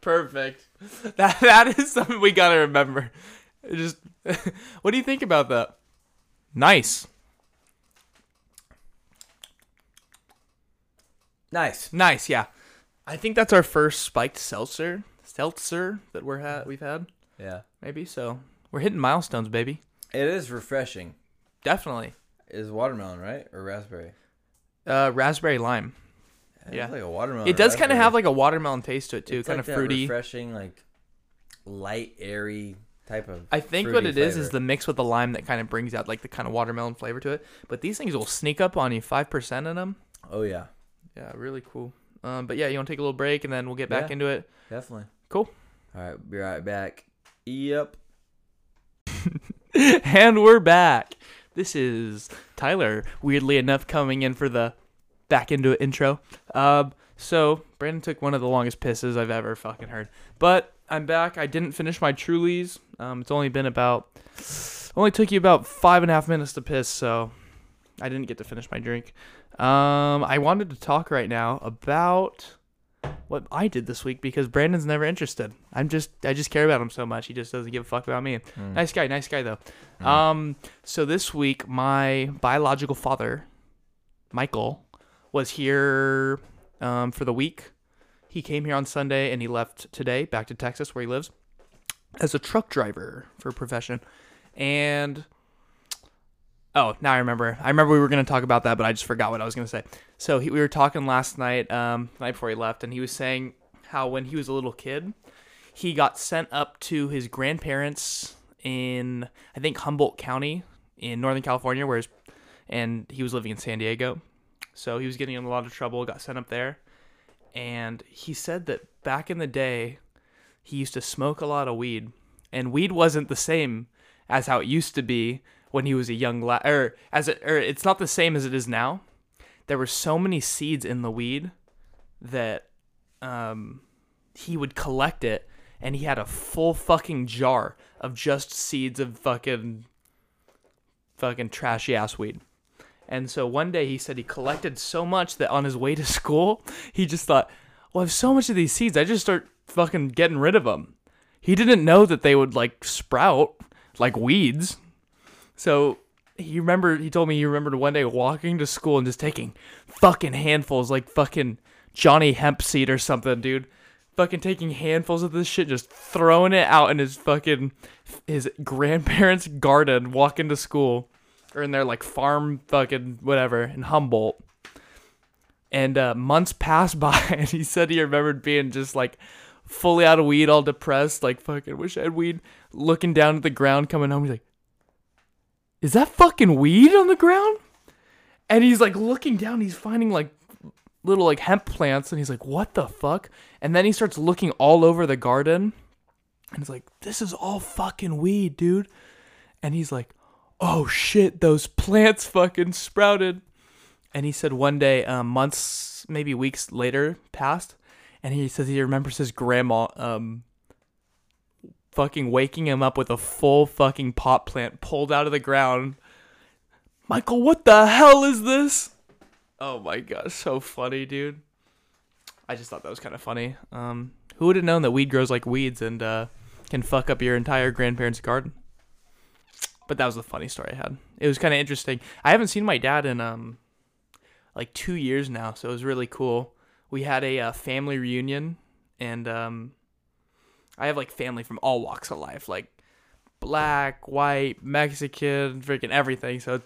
Speaker 4: perfect. That that is something we gotta remember. It just what do you think about that? Nice,
Speaker 3: Nice.
Speaker 4: nice, yeah. I think that's our first spiked seltzer, seltzer that we're had we've had
Speaker 3: Yeah.
Speaker 4: maybe. So we're hitting milestones, baby.
Speaker 3: It is refreshing.
Speaker 4: Definitely.
Speaker 3: Is watermelon right or raspberry?
Speaker 4: Uh, raspberry lime.
Speaker 3: It's
Speaker 4: Yeah.
Speaker 3: like a watermelon.
Speaker 4: It does kind of have like a watermelon taste to it too, kind of fruity.
Speaker 3: refreshing, like light, airy type of.
Speaker 4: I think what
Speaker 3: fruity
Speaker 4: it is is the
Speaker 3: flavor.
Speaker 4: mix with the lime that kind of brings out like the kind of watermelon flavor to it. But these things will sneak up on you five percent in them.
Speaker 3: Oh yeah,
Speaker 4: Yeah, really cool. Um, but yeah, you want to take a little break and then we'll get back
Speaker 3: Yeah.
Speaker 4: into it.
Speaker 3: definitely.
Speaker 4: Cool.
Speaker 3: All right, be right back. Yep.
Speaker 4: and we're back. This is Tyler. Weirdly enough, coming in for the back into it intro. Um, so Brandon took one of the longest pisses I've ever fucking heard. But I'm back. I didn't finish my Trulies. Um, it's only been about only took you about five and a half minutes to piss, so I didn't get to finish my drink. Um, I wanted to talk right now about what I did this week because Brandon's never interested. I'm just I just care about him so much. He just doesn't give a fuck about me. Nice guy, nice guy though. Um, so this week my biological father, Michael, was here um, for the week. He came here on Sunday and he left today back to Texas where he lives as a truck driver for a profession. And Oh, now I remember. I remember we were going to talk about that, but I just forgot what I was going to say. So he, we were talking last night, um, the night before he left, and he was saying how when he was a little kid, he got sent up to his grandparents in I think Humboldt County in Northern California, where his, and he was living in San Diego. So he was getting in a lot of trouble. Got sent up there, and he said that back in the day, he used to smoke a lot of weed, and weed wasn't the same as how it used to be when he was a young lad, or as it, or it's not the same as it is now. There were so many seeds in the weed that um, he would collect it, and he had a full fucking jar of just seeds of fucking fucking trashy ass weed. And so one day he said he collected so much that on his way to school, he just thought, well, I have so much of these seeds. I just start fucking getting rid of them. He didn't know that they would like sprout like weeds. So he remembered, he told me he remembered one day walking to school and just taking fucking handfuls like fucking Johnny Hemp seed or something, dude. Fucking taking handfuls of this shit, just throwing it out in his fucking his grandparents' garden, walking to school or in their like farm fucking whatever in Humboldt. And uh, months passed by, and he said he remembered being just like fully out of weed, all depressed, like fucking wish I had weed. Looking down at the ground, coming home, he's like, "Is that fucking weed on the ground?" And he's like looking down, he's finding like little like hemp plants, and he's like, "What the fuck?" And then he starts looking all over the garden, and he's like, "This is all fucking weed, dude." And he's like, oh shit, those plants fucking sprouted. And he said one day, um, months, maybe weeks later passed, and he says he remembers his grandma um, fucking waking him up with a full fucking pot plant pulled out of the ground. Michael, what the hell is this? Oh my gosh, so funny, dude. I just thought that was kind of funny. Um, who would have known that weed grows like weeds and uh, can fuck up your entire grandparents' garden? but that was the funny story I had. It was kind of interesting. I haven't seen my dad in um like two years now, so it was really cool. We had a uh, family reunion, and um, I have like family from all walks of life, like black, white, Mexican, freaking everything. So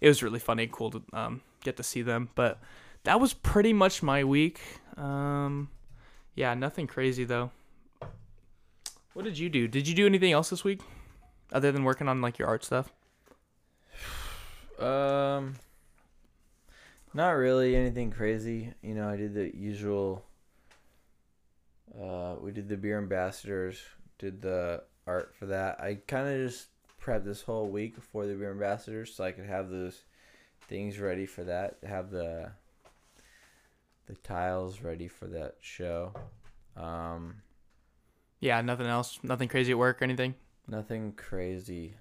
Speaker 4: it was really funny, and cool to um, get to see them. But that was pretty much my week. Um, yeah, nothing crazy though. What did you do? Did you do anything else this week? other than working on like your art stuff?
Speaker 3: Um, not really anything crazy. You know, I did the usual. Uh, we did the beer ambassadors. Did the art for that. I kind of just prepped this whole week for the beer ambassadors, so I could have those things ready for that. Have the the tiles ready for that show. Um,
Speaker 4: Yeah, nothing else, nothing crazy at work or anything.
Speaker 3: nothing crazy.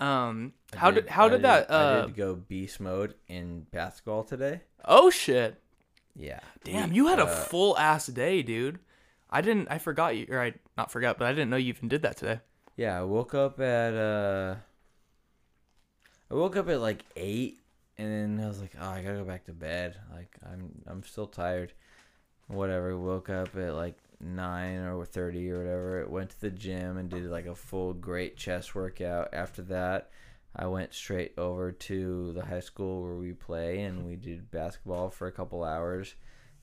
Speaker 4: Um,
Speaker 3: I
Speaker 4: how did, how
Speaker 3: I
Speaker 4: did, that?
Speaker 3: I
Speaker 4: uh,
Speaker 3: did go beast mode in basketball today.
Speaker 4: oh shit!
Speaker 3: Yeah.
Speaker 4: Damn,
Speaker 3: We,
Speaker 4: you had a
Speaker 3: uh,
Speaker 4: full ass day, dude. I didn't. I forgot you, or I not forgot, but I didn't know you even did that today.
Speaker 3: Yeah, I woke up at uh I woke up at like eight and then I was like, Oh, I gotta go back to bed. Like I'm I'm still tired. Whatever. Woke up at like nine or thirty or whatever. Went to the gym and did like a full great chest workout. After that I went straight over to the high school where we play and we did basketball for a couple hours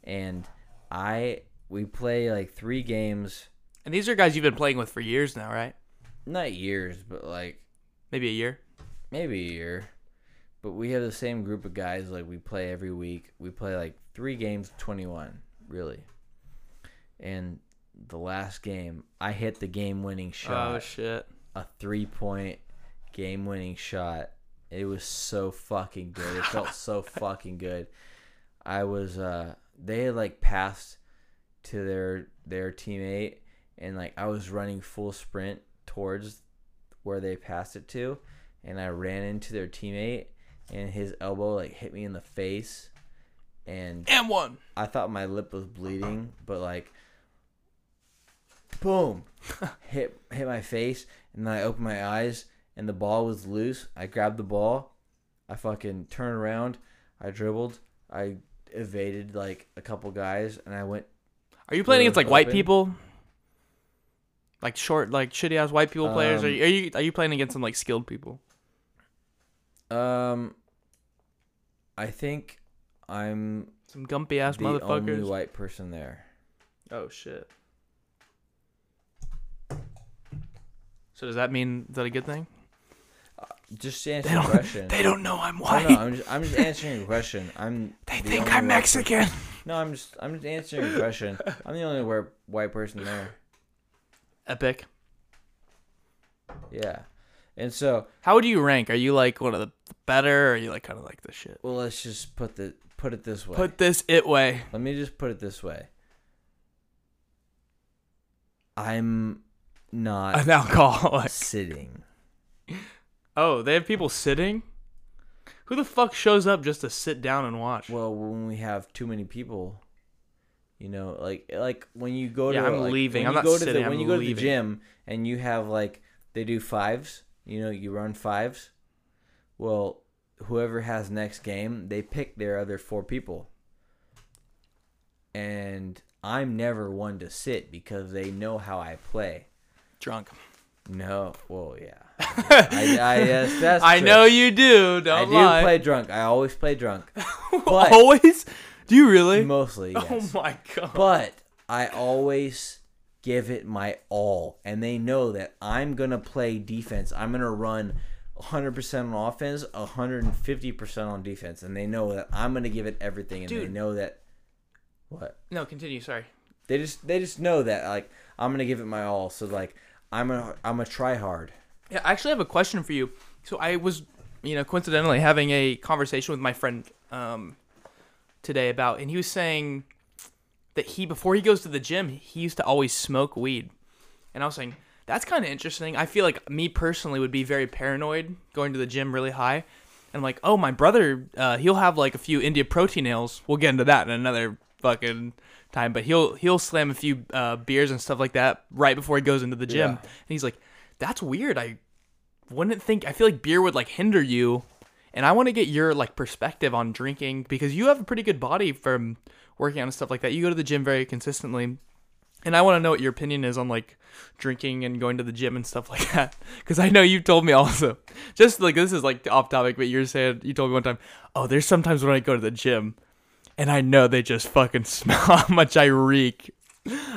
Speaker 3: and I we play like three games
Speaker 4: And these are guys you've been playing with for years now, right?
Speaker 3: not years, but like
Speaker 4: Maybe a year.
Speaker 3: maybe a year. But we have the same group of guys like we play every week. We play like three games, twenty one, really. And the last game, I hit the game winning
Speaker 4: Oh
Speaker 3: shot,
Speaker 4: shit!
Speaker 3: a three point game winning shot. It was so fucking good. It felt so fucking good. I was uh they had like passed to their their teammate and like I was running full sprint towards where they passed it to and I ran into their teammate and his elbow like hit me in the face and
Speaker 4: And one.
Speaker 3: I thought my lip was bleeding, but like, boom, hit hit my face, and then I opened my eyes, and the ball was loose. I grabbed the ball, I fucking turned around, I dribbled, I evaded like a couple guys, and I went.
Speaker 4: Are you playing against like white
Speaker 3: Open.
Speaker 4: people? Like short, like shitty ass white people players. Are
Speaker 3: Um,
Speaker 4: you, are you are you playing against some like skilled people?
Speaker 3: Um, I think I'm
Speaker 4: Some gumpy ass
Speaker 3: the only
Speaker 4: motherfuckers.
Speaker 3: white person there.
Speaker 4: Oh shit. So does that mean is that a good thing?
Speaker 3: Just to answer your question.
Speaker 4: don't know I'm
Speaker 3: I don't know, I'm just I'm just answering your question. I'm. the only white person- No, I'm just I'm just answering your question. I'm the only whi- white person there.
Speaker 4: Epic.
Speaker 3: Yeah, and so
Speaker 4: How would you rank? Are you like one of the better? Or are you like kind of like the shit?
Speaker 3: well, let's just put the put it this way.
Speaker 4: Put this it way.
Speaker 3: Let me just put it this way. I'm not
Speaker 4: An alcoholic.
Speaker 3: sitting.
Speaker 4: Oh, they have people sitting. Who the fuck shows up just to sit down and watch?
Speaker 3: Well, when we have too many people, you know, like like when you go
Speaker 4: Yeah,
Speaker 3: to
Speaker 4: I'm
Speaker 3: like,
Speaker 4: leaving.
Speaker 3: when
Speaker 4: I'm
Speaker 3: you
Speaker 4: not
Speaker 3: go to
Speaker 4: sitting,
Speaker 3: the,
Speaker 4: I'm
Speaker 3: when you go to the
Speaker 4: leaving.
Speaker 3: gym and you have like they do fives, you know, you run fives. Well, whoever has next game, they pick their other four people. And I'm never one to sit because they know how I play.
Speaker 4: Drunk.
Speaker 3: No, well, yeah. I, I, yes, that's
Speaker 4: I
Speaker 3: true.
Speaker 4: know you do. Don't
Speaker 3: I do
Speaker 4: lie.
Speaker 3: play drunk. I always play drunk. But
Speaker 4: Always. Do you really?
Speaker 3: mostly, yes.
Speaker 4: Oh my god.
Speaker 3: but I always give it my all, and they know that I'm gonna play defense. I'm gonna run 100% on offense, 150% on defense, and they know that I'm gonna give it everything, and they
Speaker 4: Dude.
Speaker 3: know that what
Speaker 4: no, continue. Sorry.
Speaker 3: they just they just know that like I'm gonna give it my all. So like I'm a I'm a try hard.
Speaker 4: Yeah, I actually have a question for you. So I was, you know, coincidentally having a conversation with my friend um, today about, and he was saying that he before he goes to the gym, he used to always smoke weed, and I was saying that's kind of interesting. I feel like me personally would be very paranoid going to the gym really high, and like, oh, my brother, uh, he'll have like a few India protein nails. We'll get into that in another fucking time, but he'll he'll slam a few uh, beers and stuff like that right before he goes into the gym,
Speaker 3: Yeah.
Speaker 4: and he's like, that's weird. I wouldn't think I feel like beer would like hinder you and I want to get your like perspective on drinking because you have a pretty good body from working on stuff like that. You go to the gym very consistently. And I want to know what your opinion is on like drinking and going to the gym and stuff like that cuz I know you told me also. Just like this is like off topic, but you're saying you told me one time, "Oh, there's sometimes when I go to the gym and I know they just fucking smell how much I reek.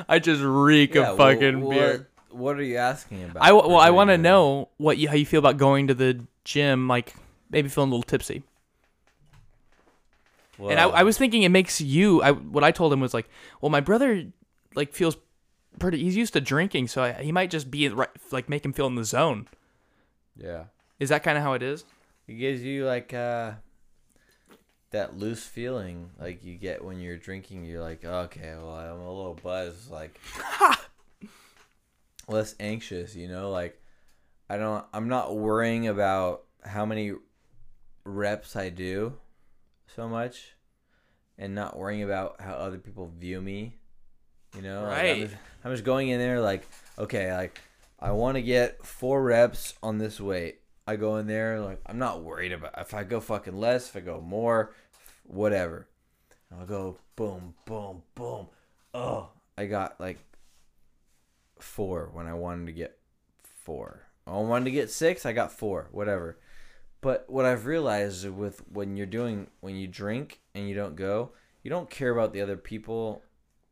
Speaker 4: I just reek of
Speaker 3: well,
Speaker 4: fucking
Speaker 3: what,
Speaker 4: beer."
Speaker 3: What are you asking about?
Speaker 4: I well, I want to
Speaker 3: particularly?
Speaker 4: know what you how you feel about going to the gym, like maybe feeling a little tipsy. And I,
Speaker 3: Well,
Speaker 4: I was thinking it makes you. I what I told him was like, well, my brother like feels pretty. He's used to drinking, so I, he might just be right, like make him feel in the zone.
Speaker 3: yeah.
Speaker 4: Is that kind of how it is?
Speaker 3: It gives you like uh that loose feeling like you get when you're drinking. You're like, okay, well, I'm a little buzzed, like less anxious. You know, like I don't, I'm not worrying about how many reps I do so much, and not worrying about how other people view me. You know, Like, I'm,
Speaker 4: Right.
Speaker 3: just, I'm just going in there like, okay, like I want to get four reps on this weight. I go in there like I'm not worried about if I go fucking less, if I go more, whatever. And I'll go boom, boom, boom. Oh, I got like four when I wanted to get four. I wanted to get six. I got four. Whatever. But what I've realized with when you're doing when you drink and you don't go, you don't care about the other people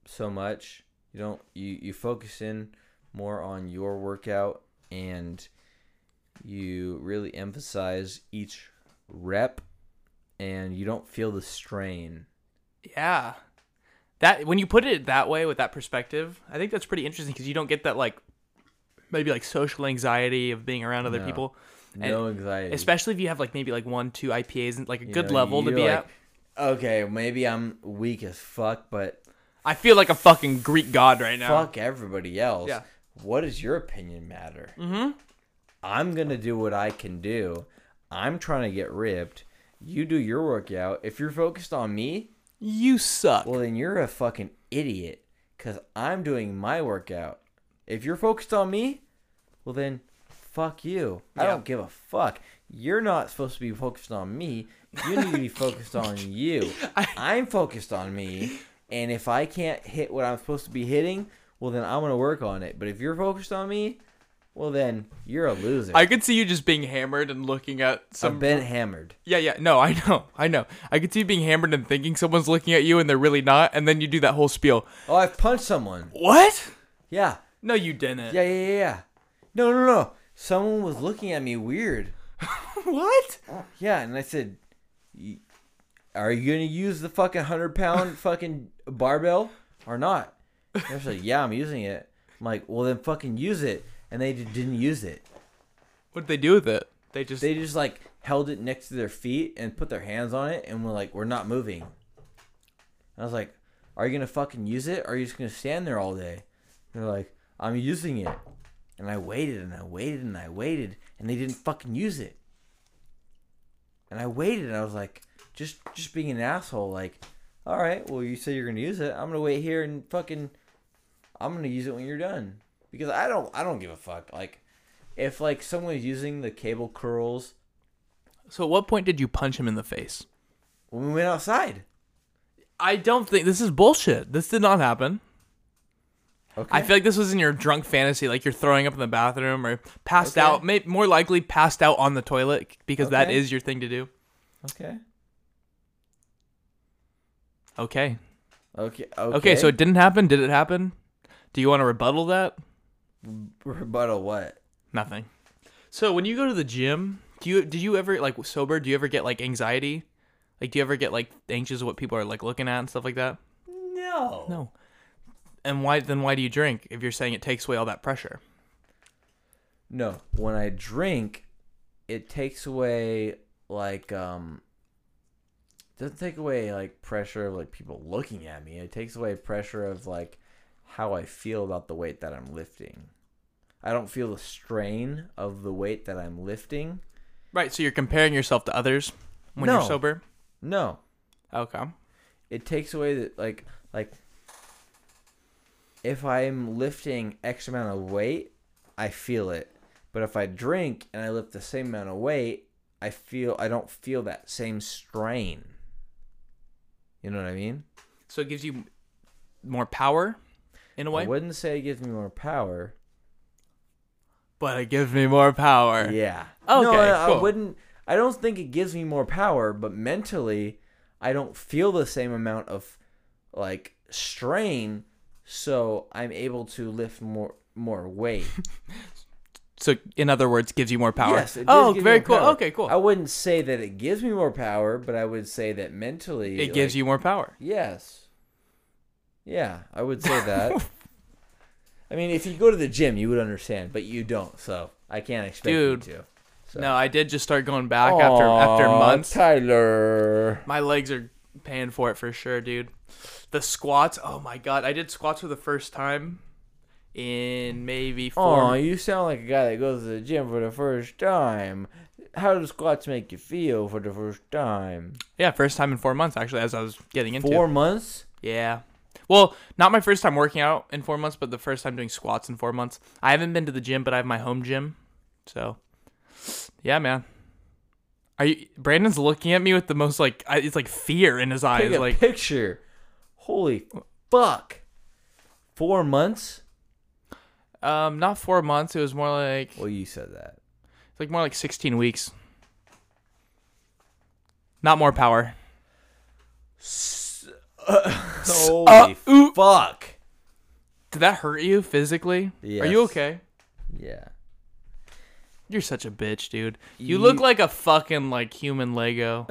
Speaker 3: so much. You don't you you focus in more on your workout and you really emphasize each rep and you don't feel the strain.
Speaker 4: Yeah. That when you put it that way with that perspective, I think that's pretty interesting because you don't get that like maybe like social anxiety of being around other
Speaker 3: No.
Speaker 4: people,
Speaker 3: No anxiety.
Speaker 4: especially if you have like maybe like one two IPAs and like a
Speaker 3: You
Speaker 4: good
Speaker 3: know,
Speaker 4: level to
Speaker 3: you're
Speaker 4: be
Speaker 3: like,
Speaker 4: at.
Speaker 3: Okay, maybe I'm weak as fuck, but
Speaker 4: I feel like a fucking Greek god right now.
Speaker 3: fuck everybody else.
Speaker 4: Yeah.
Speaker 3: What does your opinion matter? Mm-hmm. I'm gonna do what I can do. I'm trying to get ripped. You do your workout. If you're focused on me,
Speaker 4: You suck.
Speaker 3: Well, then you're a fucking idiot because I'm doing my workout. If you're focused on me, well, then fuck you. I
Speaker 4: Yeah.
Speaker 3: don't give a fuck. You're not supposed to be focused on me. You need to be focused on you. I'm focused on me. And if I can't hit what I'm supposed to be hitting, well, then I'm going to work on it. But if you're focused on me, well, then you're a loser.
Speaker 4: I could see you just being hammered and looking at
Speaker 3: I've
Speaker 4: some.
Speaker 3: been hammered.
Speaker 4: yeah, yeah. No, I know. I know. I could see you being hammered and thinking someone's looking at you and they're really not. And then you do that whole spiel.
Speaker 3: Oh, I've punched someone.
Speaker 4: What?
Speaker 3: Yeah.
Speaker 4: No, you didn't.
Speaker 3: Yeah, yeah, yeah, yeah. No, no, no. Someone was looking at me weird.
Speaker 4: What?
Speaker 3: Yeah, and I said, "Y- "Are you gonna use the fucking hundred pound fucking barbell or not?" And they're like, "Yeah, I'm using it." I'm like, "Well, then fucking use it." And they just didn't use it.
Speaker 4: What'd they do with it? They just.
Speaker 3: They just like held it next to their feet and put their hands on it and were like, "We're not moving." And I was like, "Are you gonna fucking use it? Or are you just gonna stand there all day?" And they're like, "I'm using it." And I waited and I waited and I waited and they didn't fucking use it. And I waited and I was like, just just being an asshole, like, all right, well you say you're gonna use it, I'm gonna wait here and fucking, I'm gonna use it when you're done because I don't I don't give a fuck. Like, if like someone's using the cable curls
Speaker 4: So at what point did you punch him in the face?
Speaker 3: when we went outside,
Speaker 4: I don't think this is bullshit. This did not happen.
Speaker 3: okay,
Speaker 4: I feel like this was in your drunk fantasy, like you're throwing up in the bathroom or passed
Speaker 3: Okay.
Speaker 4: out. May, more likely, passed out on the toilet because that
Speaker 3: Okay.
Speaker 4: is your thing to do.
Speaker 3: okay,
Speaker 4: Okay.
Speaker 3: okay, okay,
Speaker 4: Okay, so it didn't happen. Did it happen? Do you want to rebuttal that?
Speaker 3: rebuttal what?
Speaker 4: Nothing. So when you go to the gym, do you do you ever like sober? Do you ever get like anxiety? Like do you ever get like anxious what people are like looking at and stuff like that?
Speaker 3: No,
Speaker 4: No. And why then why do you drink if you're saying it takes away all that pressure?
Speaker 3: No, when I drink, it takes away like um doesn't take away like pressure of like people looking at me. It takes away pressure of like how I feel about the weight that I'm lifting. I don't feel the strain of the weight that I'm lifting.
Speaker 4: Right, so you're comparing yourself to others when
Speaker 3: No.
Speaker 4: you're sober?
Speaker 3: No.
Speaker 4: Okay.
Speaker 3: It takes away the like like if I'm lifting X amount of weight, I feel it. But if I drink and I lift the same amount of weight, I feel I don't feel that same strain. You know what I mean?
Speaker 4: So it gives you more power in a way,
Speaker 3: I wouldn't say it gives me more power.
Speaker 4: but it gives me more power.
Speaker 3: Yeah. no,
Speaker 4: Okay,
Speaker 3: I, I
Speaker 4: cool.
Speaker 3: wouldn't. I don't think it gives me more power, but mentally, I don't feel the same amount of like strain, so I'm able to lift more more weight.
Speaker 4: So in other words, gives you more power.
Speaker 3: Yes. it does
Speaker 4: oh,
Speaker 3: give me
Speaker 4: very
Speaker 3: more
Speaker 4: cool.
Speaker 3: power.
Speaker 4: Okay, cool.
Speaker 3: I wouldn't say that it gives me more power, but I would say that mentally,
Speaker 4: it gives you more power.
Speaker 3: Yes. Yeah, I would say that. I mean, if you go to the gym, you would understand, but you don't, so I can't expect
Speaker 4: Dude.
Speaker 3: you to.
Speaker 4: No, I did just start going back after after
Speaker 3: Aw,
Speaker 4: months.
Speaker 3: Tyler.
Speaker 4: My legs are paying for it for sure, dude. The squats. Oh my god, I did squats for the first time in maybe four.
Speaker 3: Oh, you sound like a guy that goes to the gym for the first time. How do squats make you feel for the first time?
Speaker 4: Yeah, first time in four months actually, as I was getting into.
Speaker 3: Four months?
Speaker 4: Yeah. Well, not my first time working out in four months, but the first time doing squats in four months. I haven't been to the gym, but I have my home gym. So, yeah, man. Are you? Brandon's looking at me with the most like I- it's like fear in his eyes.
Speaker 3: Take a
Speaker 4: Like,
Speaker 3: picture. Holy fuck. Four months?
Speaker 4: um, not four months. It was more like
Speaker 3: Well, you said that.
Speaker 4: it's like more like sixteen weeks. Not more power.
Speaker 3: Holy
Speaker 4: Uh, ooh.
Speaker 3: fuck.
Speaker 4: Did that hurt you physically? Are you
Speaker 3: Yes.
Speaker 4: okay?
Speaker 3: Yeah.
Speaker 4: You're such a bitch, dude. You look
Speaker 3: Ye-
Speaker 4: like a fucking like human Lego.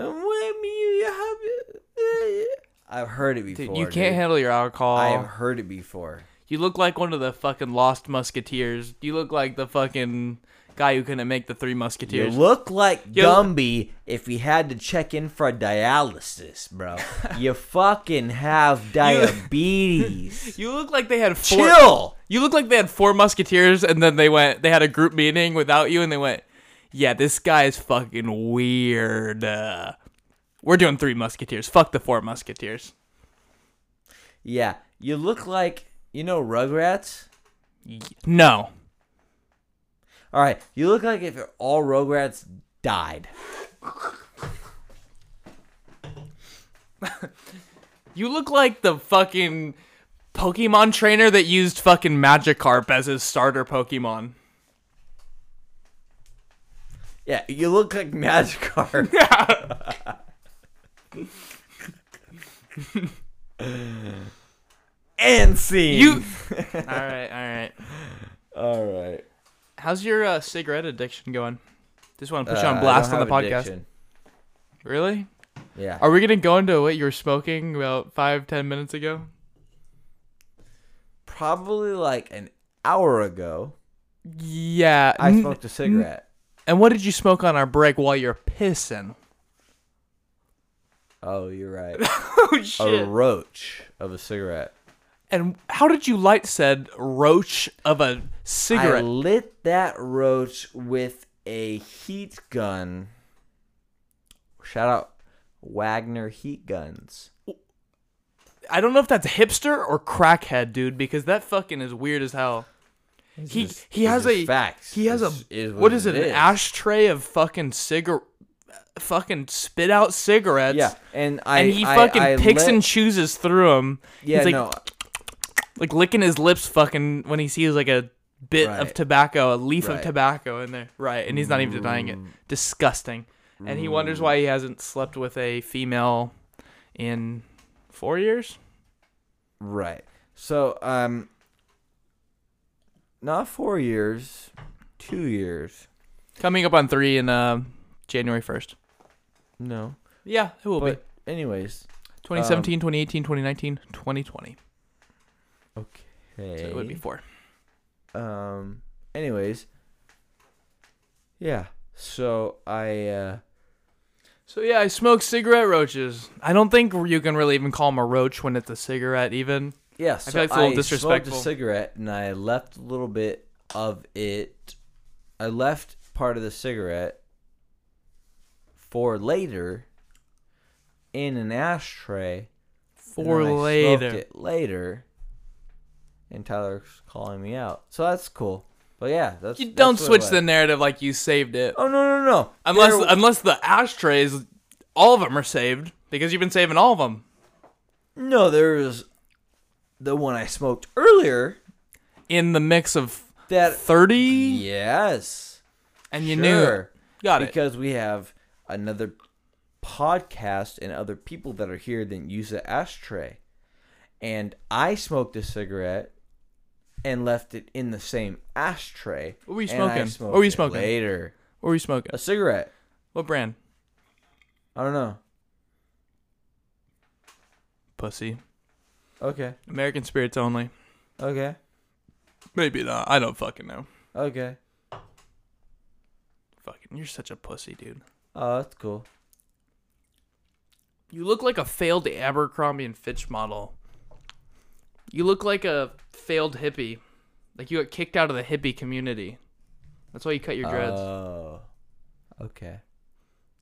Speaker 3: I've heard it before.
Speaker 4: Dude, you can't
Speaker 3: dude.
Speaker 4: handle your alcohol.
Speaker 3: I have heard it before.
Speaker 4: You look like one of the fucking lost musketeers. You look like the fucking guy who couldn't make the three
Speaker 3: You
Speaker 4: musketeers.
Speaker 3: look like
Speaker 4: You-
Speaker 3: Gumby if he had to check in for dialysis, bro. you fucking have diabetes.
Speaker 4: You look like they had four.
Speaker 3: Chill.
Speaker 4: You look like they had four musketeers, and then they went. They had a group meeting without you, and they went, "Yeah, this guy is fucking weird. Uh, we're doing three musketeers. Fuck the four musketeers."
Speaker 3: Yeah, you look like you know Rugrats.
Speaker 4: No.
Speaker 3: All right, you look like if all Rugrats died.
Speaker 4: You look like the fucking Pokemon trainer that used fucking Magikarp as his starter Pokemon.
Speaker 3: Yeah, you look like Magikarp. and scene.
Speaker 4: You. all right, all right.
Speaker 3: All right.
Speaker 4: How's your uh, cigarette addiction going? Just want to put you
Speaker 3: Uh,
Speaker 4: on
Speaker 3: I
Speaker 4: blast on
Speaker 3: don't
Speaker 4: the
Speaker 3: have
Speaker 4: podcast.
Speaker 3: addiction.
Speaker 4: Really?
Speaker 3: Yeah.
Speaker 4: Are we gonna go into what you were smoking about five, ten minutes ago?
Speaker 3: Probably like an hour ago,
Speaker 4: Yeah.
Speaker 3: I
Speaker 4: n-
Speaker 3: smoked a cigarette.
Speaker 4: And what did you smoke on our break while you're pissing?
Speaker 3: Oh, you're right.
Speaker 4: Oh
Speaker 3: A roach of a cigarette.
Speaker 4: And how did you light said roach of a
Speaker 3: I
Speaker 4: cigarette?
Speaker 3: lit that roach with a heat gun. Shout out Wagner Heat Guns.
Speaker 4: I don't know if that's hipster or crackhead, dude, because that fucking is weird as hell. He
Speaker 3: just-
Speaker 4: he
Speaker 3: it's
Speaker 4: has
Speaker 3: just
Speaker 4: a
Speaker 3: facts.
Speaker 4: he has
Speaker 3: It's-
Speaker 4: a
Speaker 3: is
Speaker 4: what
Speaker 3: what
Speaker 4: is
Speaker 3: it
Speaker 4: it,
Speaker 3: is.
Speaker 4: an ashtray of fucking cigar fucking spit out cigarettes.
Speaker 3: Yeah, and I
Speaker 4: and he
Speaker 3: I-
Speaker 4: fucking
Speaker 3: I
Speaker 4: picks
Speaker 3: lit-
Speaker 4: and chooses through them.
Speaker 3: yeah
Speaker 4: He's like
Speaker 3: no
Speaker 4: like licking his lips fucking when he sees like a bit of
Speaker 3: Right.
Speaker 4: tobacco, a leaf of
Speaker 3: Right. Mm.
Speaker 4: tobacco in there. Right. And he's not even denying it. Disgusting. And he wonders why he hasn't slept with a female in 4 years.
Speaker 3: right. So um, not four years, two years.
Speaker 4: Coming up on 3 in uh, January 1st.
Speaker 3: No,
Speaker 4: Yeah, it will be.
Speaker 3: but um, anyways,
Speaker 4: 2017, 2018, 2019, 2020.
Speaker 3: okay.
Speaker 4: So it would be 4.
Speaker 3: um anyways yeah so i uh
Speaker 4: So yeah, I smoke cigarette roaches. I don't think you can really even call them a roach when it's a cigarette even.
Speaker 3: yeah so i,
Speaker 4: feel like it's a little
Speaker 3: smoked a
Speaker 4: disrespectful.
Speaker 3: cigarette and i left a little bit of it i left part of the cigarette for later in an ashtray and
Speaker 4: For
Speaker 3: then I smoked
Speaker 4: later.
Speaker 3: it later and tyler's calling me out so that's cool but yeah that's
Speaker 4: You
Speaker 3: that's
Speaker 4: don't
Speaker 3: what it
Speaker 4: switch
Speaker 3: was.
Speaker 4: the narrative like you saved it.
Speaker 3: oh no no no
Speaker 4: Unless
Speaker 3: There-
Speaker 4: unless the ashtrays, all of them are saved because you've been saving all of them.
Speaker 3: no there's the one i smoked earlier
Speaker 4: In the mix of
Speaker 3: that
Speaker 4: thirty,
Speaker 3: Yes.
Speaker 4: and you
Speaker 3: sure.
Speaker 4: knew, got it.
Speaker 3: Because we have another podcast and other people that are here that use the ashtray. And I smoked a cigarette and left it in the same ashtray.
Speaker 4: What were you
Speaker 3: and I
Speaker 4: smoking?
Speaker 3: smoked
Speaker 4: What were you
Speaker 3: it
Speaker 4: smoking?
Speaker 3: Later.
Speaker 4: What were you smoking?
Speaker 3: A cigarette.
Speaker 4: What brand?
Speaker 3: I don't know.
Speaker 4: Pussy.
Speaker 3: Okay.
Speaker 4: American spirits only.
Speaker 3: Okay.
Speaker 4: Maybe not. I don't fucking know.
Speaker 3: Okay.
Speaker 4: Fucking, you're such a pussy, dude.
Speaker 3: Oh, that's cool.
Speaker 4: You look like a failed Abercrombie and Fitch model. You look like a failed hippie. Like you got kicked out of the hippie community. That's why you cut your dreads.
Speaker 3: Oh. Okay.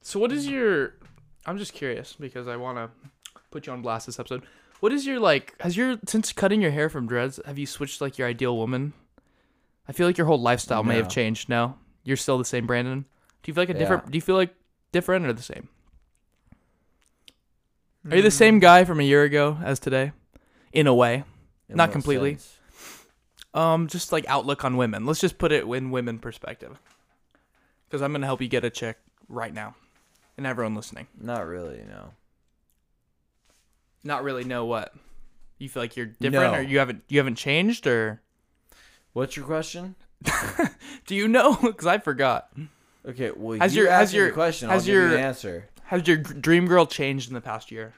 Speaker 4: So what is your I'm just curious because I want to put you on blast this episode. What is your like has your since cutting your hair from dreads, have you switched like your ideal woman? I feel like your whole lifestyle may have
Speaker 3: No.
Speaker 4: changed. No. You're still the same Brandon. Do you feel like a
Speaker 3: Yeah.
Speaker 4: different do you feel like different or the same? Are you the
Speaker 3: Mm.
Speaker 4: same guy from a year ago as today? In a way.
Speaker 3: In
Speaker 4: Not
Speaker 3: what
Speaker 4: completely.
Speaker 3: sense?
Speaker 4: Um just like outlook on women. Let's just put it in women perspective. Cuz I'm going to help you get a chick right now. And everyone listening.
Speaker 3: Not really, no.
Speaker 4: not really know what you feel like you're different
Speaker 3: No.
Speaker 4: or you haven't you haven't changed or
Speaker 3: What's your question?
Speaker 4: do you know because i forgot
Speaker 3: Okay, well,
Speaker 4: Has
Speaker 3: you
Speaker 4: your- has
Speaker 3: asked me the
Speaker 4: your-
Speaker 3: question.
Speaker 4: has
Speaker 3: I'll give you
Speaker 4: your-
Speaker 3: an answer.
Speaker 4: has your g- dream girl changed in the past year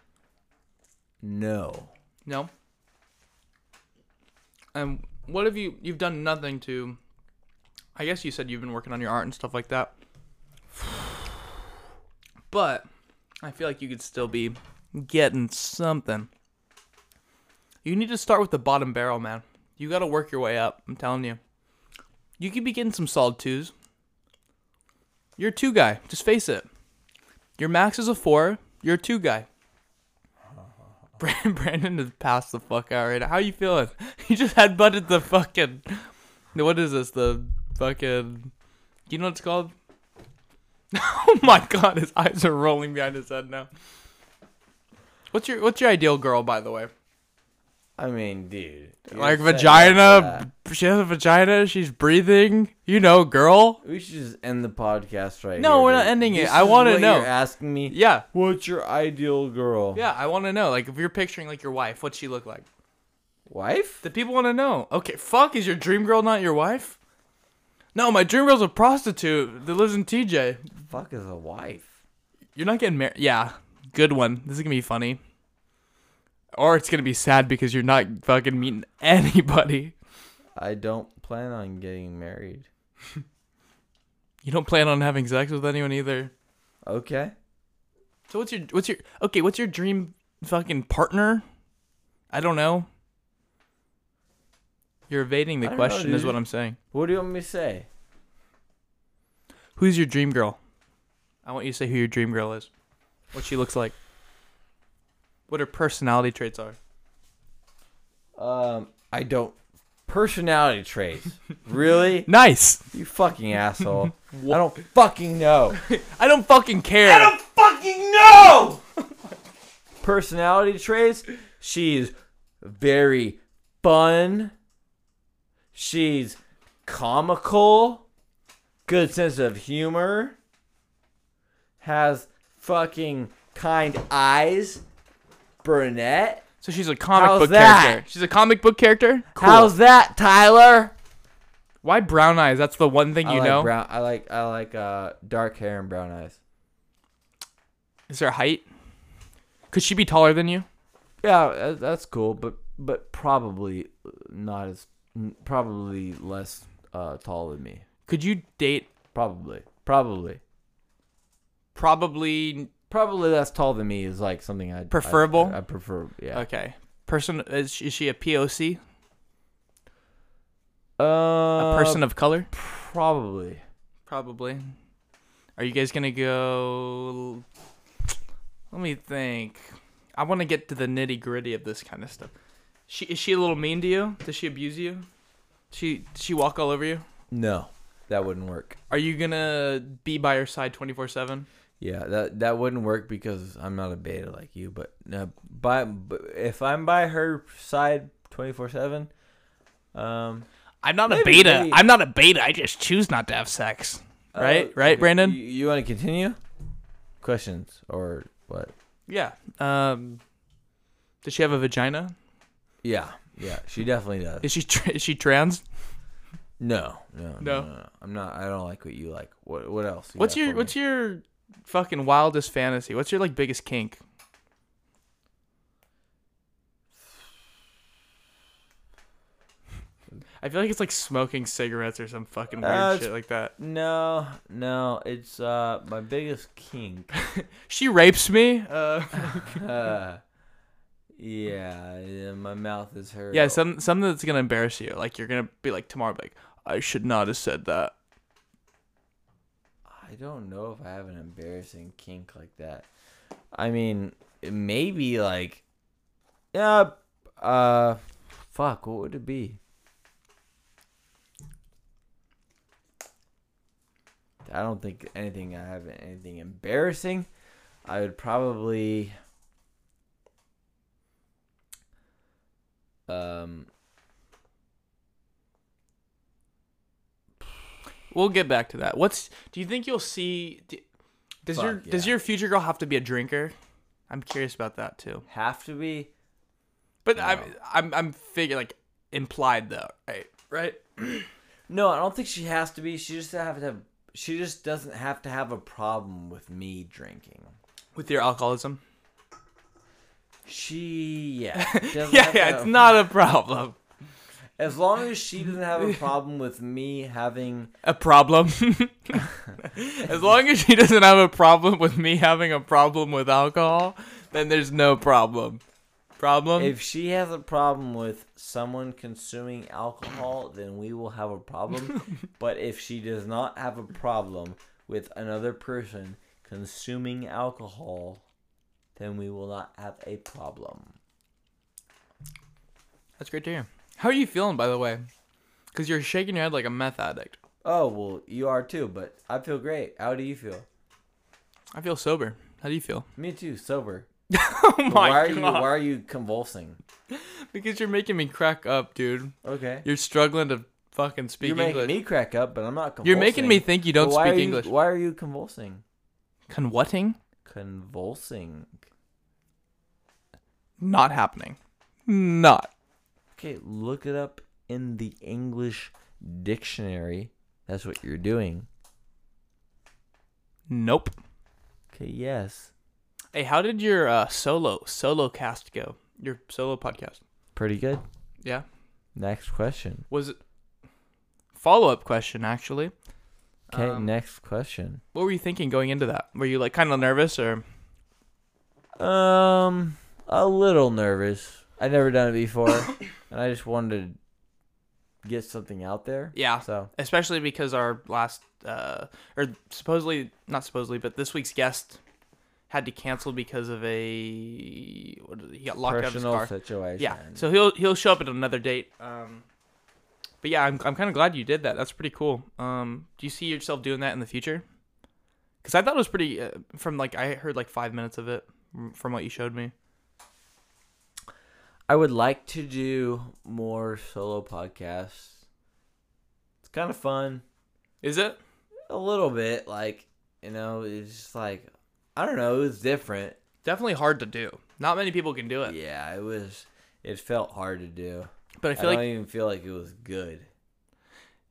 Speaker 3: No.
Speaker 4: no and what have you you've done nothing to i guess you said you've been working on your art and stuff like that but i feel like you could still be getting something you need to start with the bottom barrel man you got to work your way up i'm telling you you could be getting some solid twos you're a two guy just face it your max is a four you're a two guy Brandon, Brandon has passed the fuck out right now. How you feeling? He just headbutted the fucking. What is this? The fucking. You know what it's called? oh my god, his eyes are rolling behind his head now. What's your What's your ideal girl, by the way?
Speaker 3: I mean, dude. you're
Speaker 4: Like
Speaker 3: setting up
Speaker 4: vagina.
Speaker 3: that.
Speaker 4: b- She has a vagina. She's breathing. You know, girl.
Speaker 3: We should just end the podcast right
Speaker 4: No,
Speaker 3: here,
Speaker 4: we're not
Speaker 3: dude.
Speaker 4: ending it.
Speaker 3: This
Speaker 4: I
Speaker 3: is
Speaker 4: wanna
Speaker 3: what
Speaker 4: know.
Speaker 3: You're asking me.
Speaker 4: Yeah.
Speaker 3: What's your ideal girl?
Speaker 4: Yeah, I want to know. Like, if you're picturing like your wife, what's she look like?
Speaker 3: Wife?
Speaker 4: The people want to know. Okay, fuck, is your dream girl not your wife? No, my dream girl's a prostitute that lives in TJ.
Speaker 3: fuck is a wife?
Speaker 4: You're not getting married. Yeah, good one. This is gonna be funny. Or it's gonna be sad because you're not fucking meeting anybody.
Speaker 3: I don't plan on getting married.
Speaker 4: You don't plan on having sex with anyone either.
Speaker 3: Okay.
Speaker 4: So what's your what's your okay? What's your dream fucking partner? I don't know. You're evading
Speaker 3: I
Speaker 4: the
Speaker 3: don't know,
Speaker 4: question, is
Speaker 3: dude.
Speaker 4: what I'm saying.
Speaker 3: What do you want me to say?
Speaker 4: Who's your dream girl? I want you to say who your dream girl is. What she looks like. What her personality traits are.
Speaker 3: Um, I don't. Personality traits. really?
Speaker 4: Nice.
Speaker 3: You fucking asshole. I don't fucking know.
Speaker 4: I don't fucking care. I don't
Speaker 3: fucking know! Personality traits? She's very fun. She's comical. Good sense of humor. Has fucking kind eyes. Brunette.
Speaker 4: so she's a comic
Speaker 3: How's
Speaker 4: book
Speaker 3: that?
Speaker 4: character. She's a comic book character. Cool.
Speaker 3: How's that, Tyler?
Speaker 4: Why brown eyes? That's the one thing
Speaker 3: I
Speaker 4: you
Speaker 3: like
Speaker 4: know.
Speaker 3: brown. I like I like uh, dark hair and brown eyes.
Speaker 4: Is her height? Could she be taller than you?
Speaker 3: Yeah, that- that's cool, but but probably not as n- probably less uh, tall than me.
Speaker 4: Could you date
Speaker 3: Probably, probably,
Speaker 4: probably
Speaker 3: probably less tall than me is like something I'd I'd-
Speaker 4: Preferable?
Speaker 3: I, prefer, yeah.
Speaker 4: okay. Person is she, is she a POC? A
Speaker 3: Uh,
Speaker 4: person of color?
Speaker 3: probably.
Speaker 4: Probably. Are you guys gonna go? Let me think. I want to get to the nitty gritty of this kind of stuff. She is she a little mean to you? Does she abuse you? She does she walk all over you?
Speaker 3: No, that wouldn't work.
Speaker 4: Are you gonna be by your side twenty four seven?
Speaker 3: Yeah, that that wouldn't work because I'm not a beta like you. But uh, by but if I'm by her side twenty four seven, um,
Speaker 4: I'm not
Speaker 3: Maybe, beta. maybe. I'm
Speaker 4: not a beta. I just choose not to have sex. Right,
Speaker 3: uh,
Speaker 4: right, Brandon.
Speaker 3: You, you want to continue? Questions or what?
Speaker 4: yeah. Um, does she have a vagina?
Speaker 3: Yeah, yeah, she definitely does.
Speaker 4: Is she tr is she trans?
Speaker 3: No, no, no,
Speaker 4: No.
Speaker 3: no. no. I'm not. I don't like what you like. What? What else?
Speaker 4: What's your what's your fucking wildest fantasy? What's your like biggest kink? I feel like it's like smoking cigarettes or some fucking weird
Speaker 3: Uh,
Speaker 4: shit like that.
Speaker 3: your? No, no. It's uh my biggest kink.
Speaker 4: She rapes me. Uh,
Speaker 3: uh, yeah, yeah, my mouth is hurt.
Speaker 4: yeah, some something that's gonna embarrass you. Like you're gonna be like tomorrow, be like I should not have said that.
Speaker 3: I don't know if I have an embarrassing kink like that. I mean, maybe like, yeah, uh, fuck. What would it be? I don't think anything. I have anything embarrassing. I would probably, um,
Speaker 4: We'll get back to that. What's do you think you'll see? d does
Speaker 3: Fuck,
Speaker 4: your does
Speaker 3: yeah.
Speaker 4: your future girl have to be a drinker? I'm curious about that too.
Speaker 3: have to be.
Speaker 4: But I'm I'm I'm figuring like implied though, right? Right?
Speaker 3: No, I don't think she has to be. She just have to. Have, she just doesn't have to have a problem with me drinking.
Speaker 4: With your alcoholism.
Speaker 3: She yeah. doesn't
Speaker 4: Yeah,
Speaker 3: have to
Speaker 4: yeah,
Speaker 3: have-
Speaker 4: it's not a problem.
Speaker 3: As long as she doesn't have a problem with me having
Speaker 4: A problem. as long as she doesn't have a problem with me having a problem with alcohol, then there's no problem. Problem?
Speaker 3: if she has a problem with someone consuming alcohol, then we will have a problem. but if she does not have a problem with another person consuming alcohol, then we will not have a problem.
Speaker 4: That's great to hear. How are you feeling, by the way? Because you're shaking your head like a meth addict.
Speaker 3: Oh well, you are too, but I feel great. How do you feel?
Speaker 4: I feel sober. How do you feel?
Speaker 3: Me too, sober.
Speaker 4: oh my
Speaker 3: Why are you?
Speaker 4: god!
Speaker 3: Why are you convulsing?
Speaker 4: Because you're making me crack up, dude.
Speaker 3: Okay.
Speaker 4: You're struggling to fucking speak
Speaker 3: You're making
Speaker 4: English.
Speaker 3: me crack up, but I'm not convulsing.
Speaker 4: You're making me think you don't
Speaker 3: But why
Speaker 4: speak
Speaker 3: are you-
Speaker 4: English.
Speaker 3: Why are you convulsing?
Speaker 4: Conwhatting?
Speaker 3: Convulsing.
Speaker 4: Not happening. Not.
Speaker 3: Okay, look it up in the English dictionary. That's what you're doing.
Speaker 4: Nope.
Speaker 3: Okay, yes.
Speaker 4: Hey, how did your uh, solo solo cast go? Your solo podcast.
Speaker 3: Pretty good.
Speaker 4: Yeah.
Speaker 3: Next question.
Speaker 4: Was it follow up question actually?
Speaker 3: Okay,
Speaker 4: Um,
Speaker 3: next question.
Speaker 4: What were you thinking going into that? Were you like kind of nervous or
Speaker 3: Um, a little nervous. I've never done it before, and I just wanted to get something out there.
Speaker 4: yeah?
Speaker 3: So,
Speaker 4: especially because our last uh, or supposedly not supposedly, but this week's guest had to cancel because of a what is it? he got locked out of his
Speaker 3: personal
Speaker 4: car.
Speaker 3: situation.
Speaker 4: Yeah, so he'll he'll show up at another date. Um, but yeah, I'm I'm kind of glad you did that. That's pretty cool. Um, do you see yourself doing that in the future? Because I thought it was pretty. Uh, from like I heard like five minutes of it from what you showed me.
Speaker 3: I would like to do more solo podcasts. It's kind of fun.
Speaker 4: Is it?
Speaker 3: A little bit, like, you know, it's just like, I don't know, it was different.
Speaker 4: Definitely hard to do. Not many people can do it.
Speaker 3: Yeah, it was, it felt hard to do.
Speaker 4: But I
Speaker 3: I,
Speaker 4: feel like
Speaker 3: don't even feel like it was good.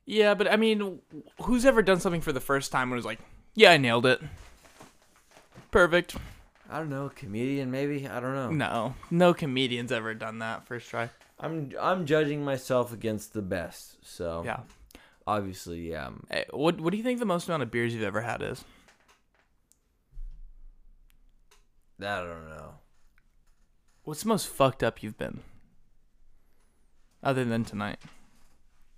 Speaker 4: yeah. But I mean, who's ever done something for the first time and was like, yeah, I nailed it. Perfect.
Speaker 3: I don't know, comedian maybe? I don't know.
Speaker 4: No, no comedians ever done that first try.
Speaker 3: I'm I'm judging myself against the best, so
Speaker 4: Yeah.
Speaker 3: obviously, yeah. um,
Speaker 4: Hey, what What do you think the most amount of beers you've ever had is?
Speaker 3: I don't know.
Speaker 4: What's the most fucked up you've been? Other than tonight.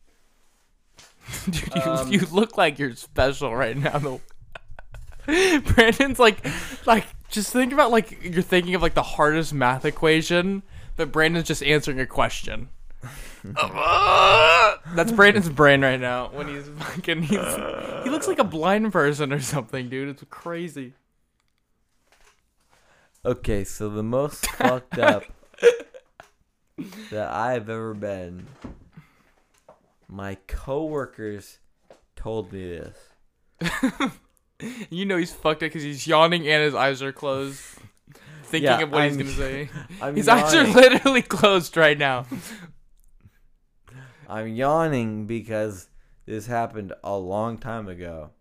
Speaker 4: Dude, you,
Speaker 3: Um,
Speaker 4: you look like you're special right now though. Brandon's like like just think about like you're thinking of like the hardest math equation, but Brandon's just answering a question.
Speaker 1: Uh,
Speaker 4: That's Brandon's brain right now when he's fucking he's he looks like a blind person or something, dude. It's crazy.
Speaker 3: Okay, so the most fucked up that I've ever been, my coworkers told me this.
Speaker 4: You know he's fucked up because he's yawning and his eyes are closed, thinking
Speaker 3: Yeah,
Speaker 4: of what he's
Speaker 3: I'm-
Speaker 4: gonna say.
Speaker 3: I'm
Speaker 4: His eyes are
Speaker 3: yawning.
Speaker 4: literally closed right now.
Speaker 3: I'm yawning because this happened a long time ago.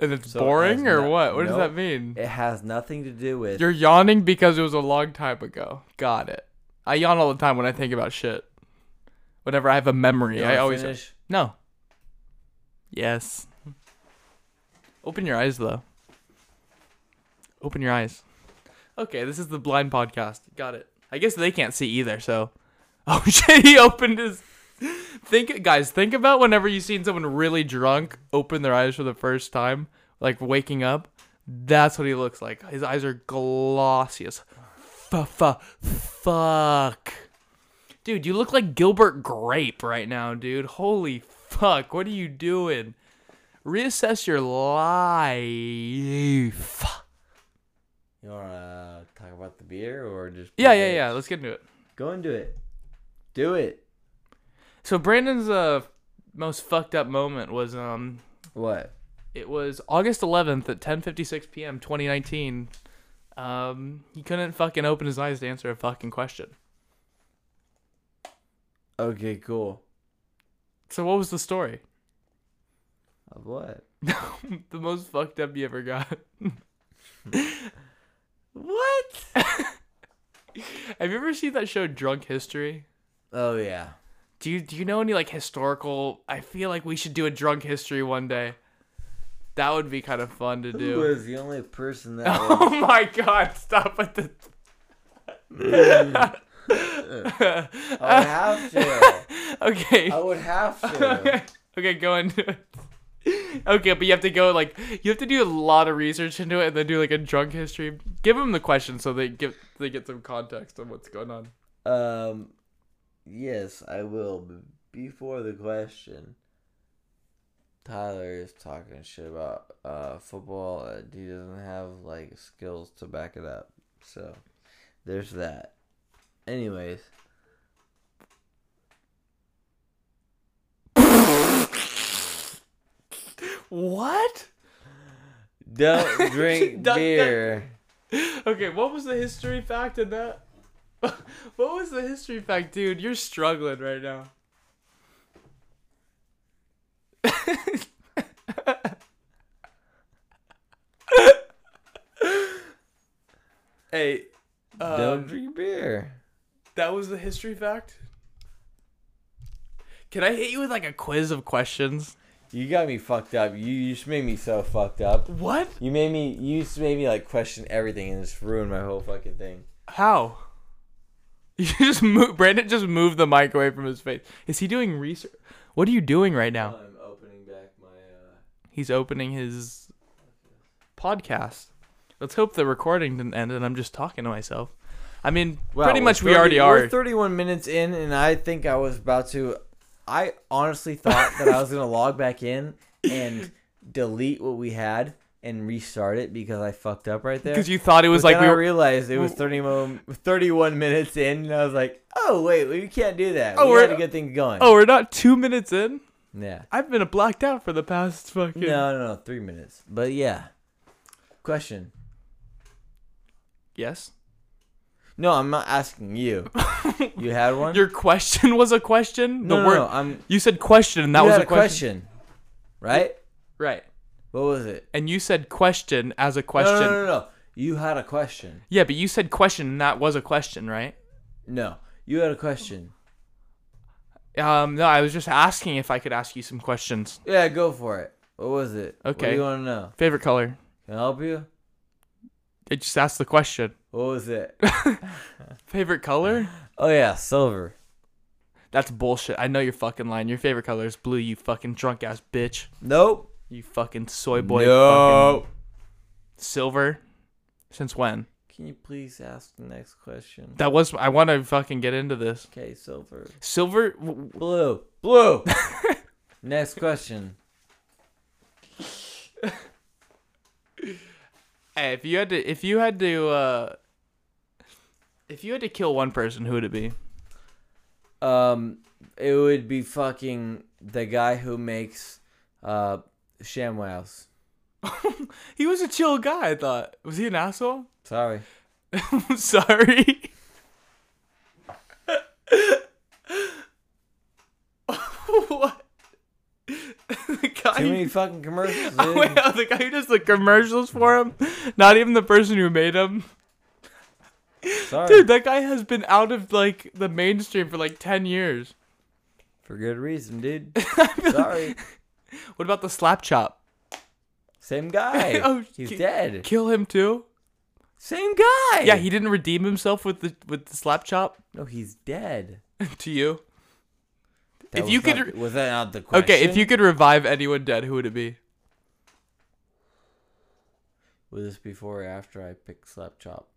Speaker 4: And it's
Speaker 3: So it
Speaker 4: boring
Speaker 3: has
Speaker 4: or
Speaker 3: no-
Speaker 4: what? What does that
Speaker 3: nope.
Speaker 4: mean?
Speaker 3: It has nothing to do with
Speaker 4: You're yawning because it was a long time ago. Got it. I yawn all the time when I think about shit. Whenever I have a memory,
Speaker 3: You
Speaker 4: I
Speaker 3: wanna
Speaker 4: always
Speaker 3: finish?
Speaker 4: no. Yes. Open your eyes though. Open your eyes. Okay, this is the blind podcast. Got it. I guess they can't see either, so Oh shit, he opened his Think guys, think about whenever you've seen someone really drunk open their eyes for the first time, like waking up. That's what he looks like. His eyes are glossy as fuck. Fuck. Dude, you look like Gilbert Grape right now, dude. Holy fuck. What are you doing? Reassess your life.
Speaker 3: You wanna uh, talk about the beer or just
Speaker 4: Yeah, yeah, yeah. Let's get into it.
Speaker 3: Go and do it. Do it.
Speaker 4: So Brandon's uh most fucked up moment was um
Speaker 3: What?
Speaker 4: it was August 11th at 10:56 p.m. 2019. Um he couldn't fucking open his eyes to answer a fucking question.
Speaker 3: Okay, cool.
Speaker 4: So what was the story?
Speaker 3: Of what?
Speaker 4: the most fucked up you ever got.
Speaker 3: What?
Speaker 4: Have you ever seen that show Drunk History?
Speaker 3: Oh yeah.
Speaker 4: Do you do you know any like historical? I feel like we should do a drunk history one day. That would be kind of fun to
Speaker 3: Who
Speaker 4: do.
Speaker 3: was the only person that was
Speaker 4: Oh my god! Stop with the.
Speaker 3: I would have to.
Speaker 4: Okay.
Speaker 3: I would have to.
Speaker 4: Okay, go into it. Okay, but you have to go like you have to do a lot of research into it and then do like a drunk history. Give them the question so they get they get some context on what's going on.
Speaker 3: Um, Yes, I will. But before the question, Tyler is talking shit about uh, football, and he doesn't have like skills to back it up. So there's that. Anyways.
Speaker 4: What?
Speaker 3: Don't drink
Speaker 4: Don't-
Speaker 3: beer.
Speaker 4: Okay, what was the history fact in that? what was the history fact, dude? You're struggling right now. hey,
Speaker 3: Don't
Speaker 4: um,
Speaker 3: drink beer.
Speaker 4: that was the history fact? Can I hit you with like a quiz of questions?
Speaker 3: You got me fucked up. You, you just made me so fucked up.
Speaker 4: What?
Speaker 3: You made me. You just made me like question everything and just ruined my whole fucking thing.
Speaker 4: How? You just move. Brandon just moved the mic away from his face. Is he doing research? What are you doing right now?
Speaker 3: I'm opening back my. Uh...
Speaker 4: He's opening his podcast. Let's hope the recording didn't end and I'm just talking to myself. I mean, pretty much we already
Speaker 3: are
Speaker 4: are.
Speaker 3: 31 minutes in, and I think I was about to. I honestly thought that I was gonna log back in and delete what we had and restart it because I fucked up right there.
Speaker 4: Because you thought it was
Speaker 3: But
Speaker 4: like
Speaker 3: then
Speaker 4: we
Speaker 3: I
Speaker 4: were.
Speaker 3: realized it was 30 mo- 31 minutes in, and I was like, "Oh wait, we can't do that.
Speaker 4: Oh,
Speaker 3: we
Speaker 4: we're-
Speaker 3: had to get things going."
Speaker 4: Oh, we're not two minutes in?
Speaker 3: yeah.
Speaker 4: I've been blacked out for the past fucking.
Speaker 3: No, no, no, three minutes. But yeah. Question.
Speaker 4: Yes?
Speaker 3: No, I'm not asking you. You had one.
Speaker 4: Your question was a question?
Speaker 3: no,
Speaker 4: the
Speaker 3: no,
Speaker 4: word.
Speaker 3: no, I'm.
Speaker 4: You said question and that
Speaker 3: you
Speaker 4: was
Speaker 3: had
Speaker 4: a question.
Speaker 3: right?
Speaker 4: Right.
Speaker 3: What was it?
Speaker 4: And you said question as a
Speaker 3: No,
Speaker 4: question.
Speaker 3: No, no, no, no. You had a question.
Speaker 4: Yeah, but you said question, and that was a question, right?
Speaker 3: No, you had a question.
Speaker 4: Um, no, I was just asking if I could ask you some questions.
Speaker 3: Yeah, go for it. What was it? What
Speaker 4: Okay.
Speaker 3: do you want to know?
Speaker 4: Favorite color?
Speaker 3: Can I help you?
Speaker 4: I just asked the question.
Speaker 3: What was it?
Speaker 4: Favorite color?
Speaker 3: oh yeah, silver.
Speaker 4: That's bullshit. I know you're fucking lying. Your favorite color is blue. You fucking drunk ass bitch.
Speaker 3: Nope.
Speaker 4: You fucking soy boy.
Speaker 3: Nope.
Speaker 4: Fucking silver. Since when?
Speaker 3: Can you please ask the next question?
Speaker 4: That was. I want to fucking get into this.
Speaker 3: Okay, silver.
Speaker 4: Silver. w- w-
Speaker 3: Blue. Blue. next question.
Speaker 4: Hey, if you had to, if you had to, uh, if you had to kill one person, who would it be?
Speaker 3: Um, it would be fucking the guy who makes uh ShamWows.
Speaker 4: He was a chill guy. I thought. Was he an asshole?
Speaker 3: Sorry.
Speaker 4: I'm sorry. what? the guy.
Speaker 3: Too many fucking commercials, dude.
Speaker 4: Wait, oh, the guy who does the commercials for him, not even the person who made him.
Speaker 3: Sorry.
Speaker 4: Dude, that guy has been out of like the mainstream for like ten years.
Speaker 3: For good reason, dude. Sorry.
Speaker 4: What about the slap chop?
Speaker 3: Same guy.
Speaker 4: Oh,
Speaker 3: He's
Speaker 4: ki-
Speaker 3: dead.
Speaker 4: Kill him too?
Speaker 3: Same guy.
Speaker 4: Yeah, he didn't redeem himself with the with the slap chop
Speaker 3: No, he's dead.
Speaker 4: to you.
Speaker 3: That
Speaker 4: If
Speaker 3: was
Speaker 4: you could
Speaker 3: not-
Speaker 4: re-
Speaker 3: was that not the question?
Speaker 4: Okay, if you could revive anyone dead, who would it be?
Speaker 3: was this before or after I picked Slap Chop?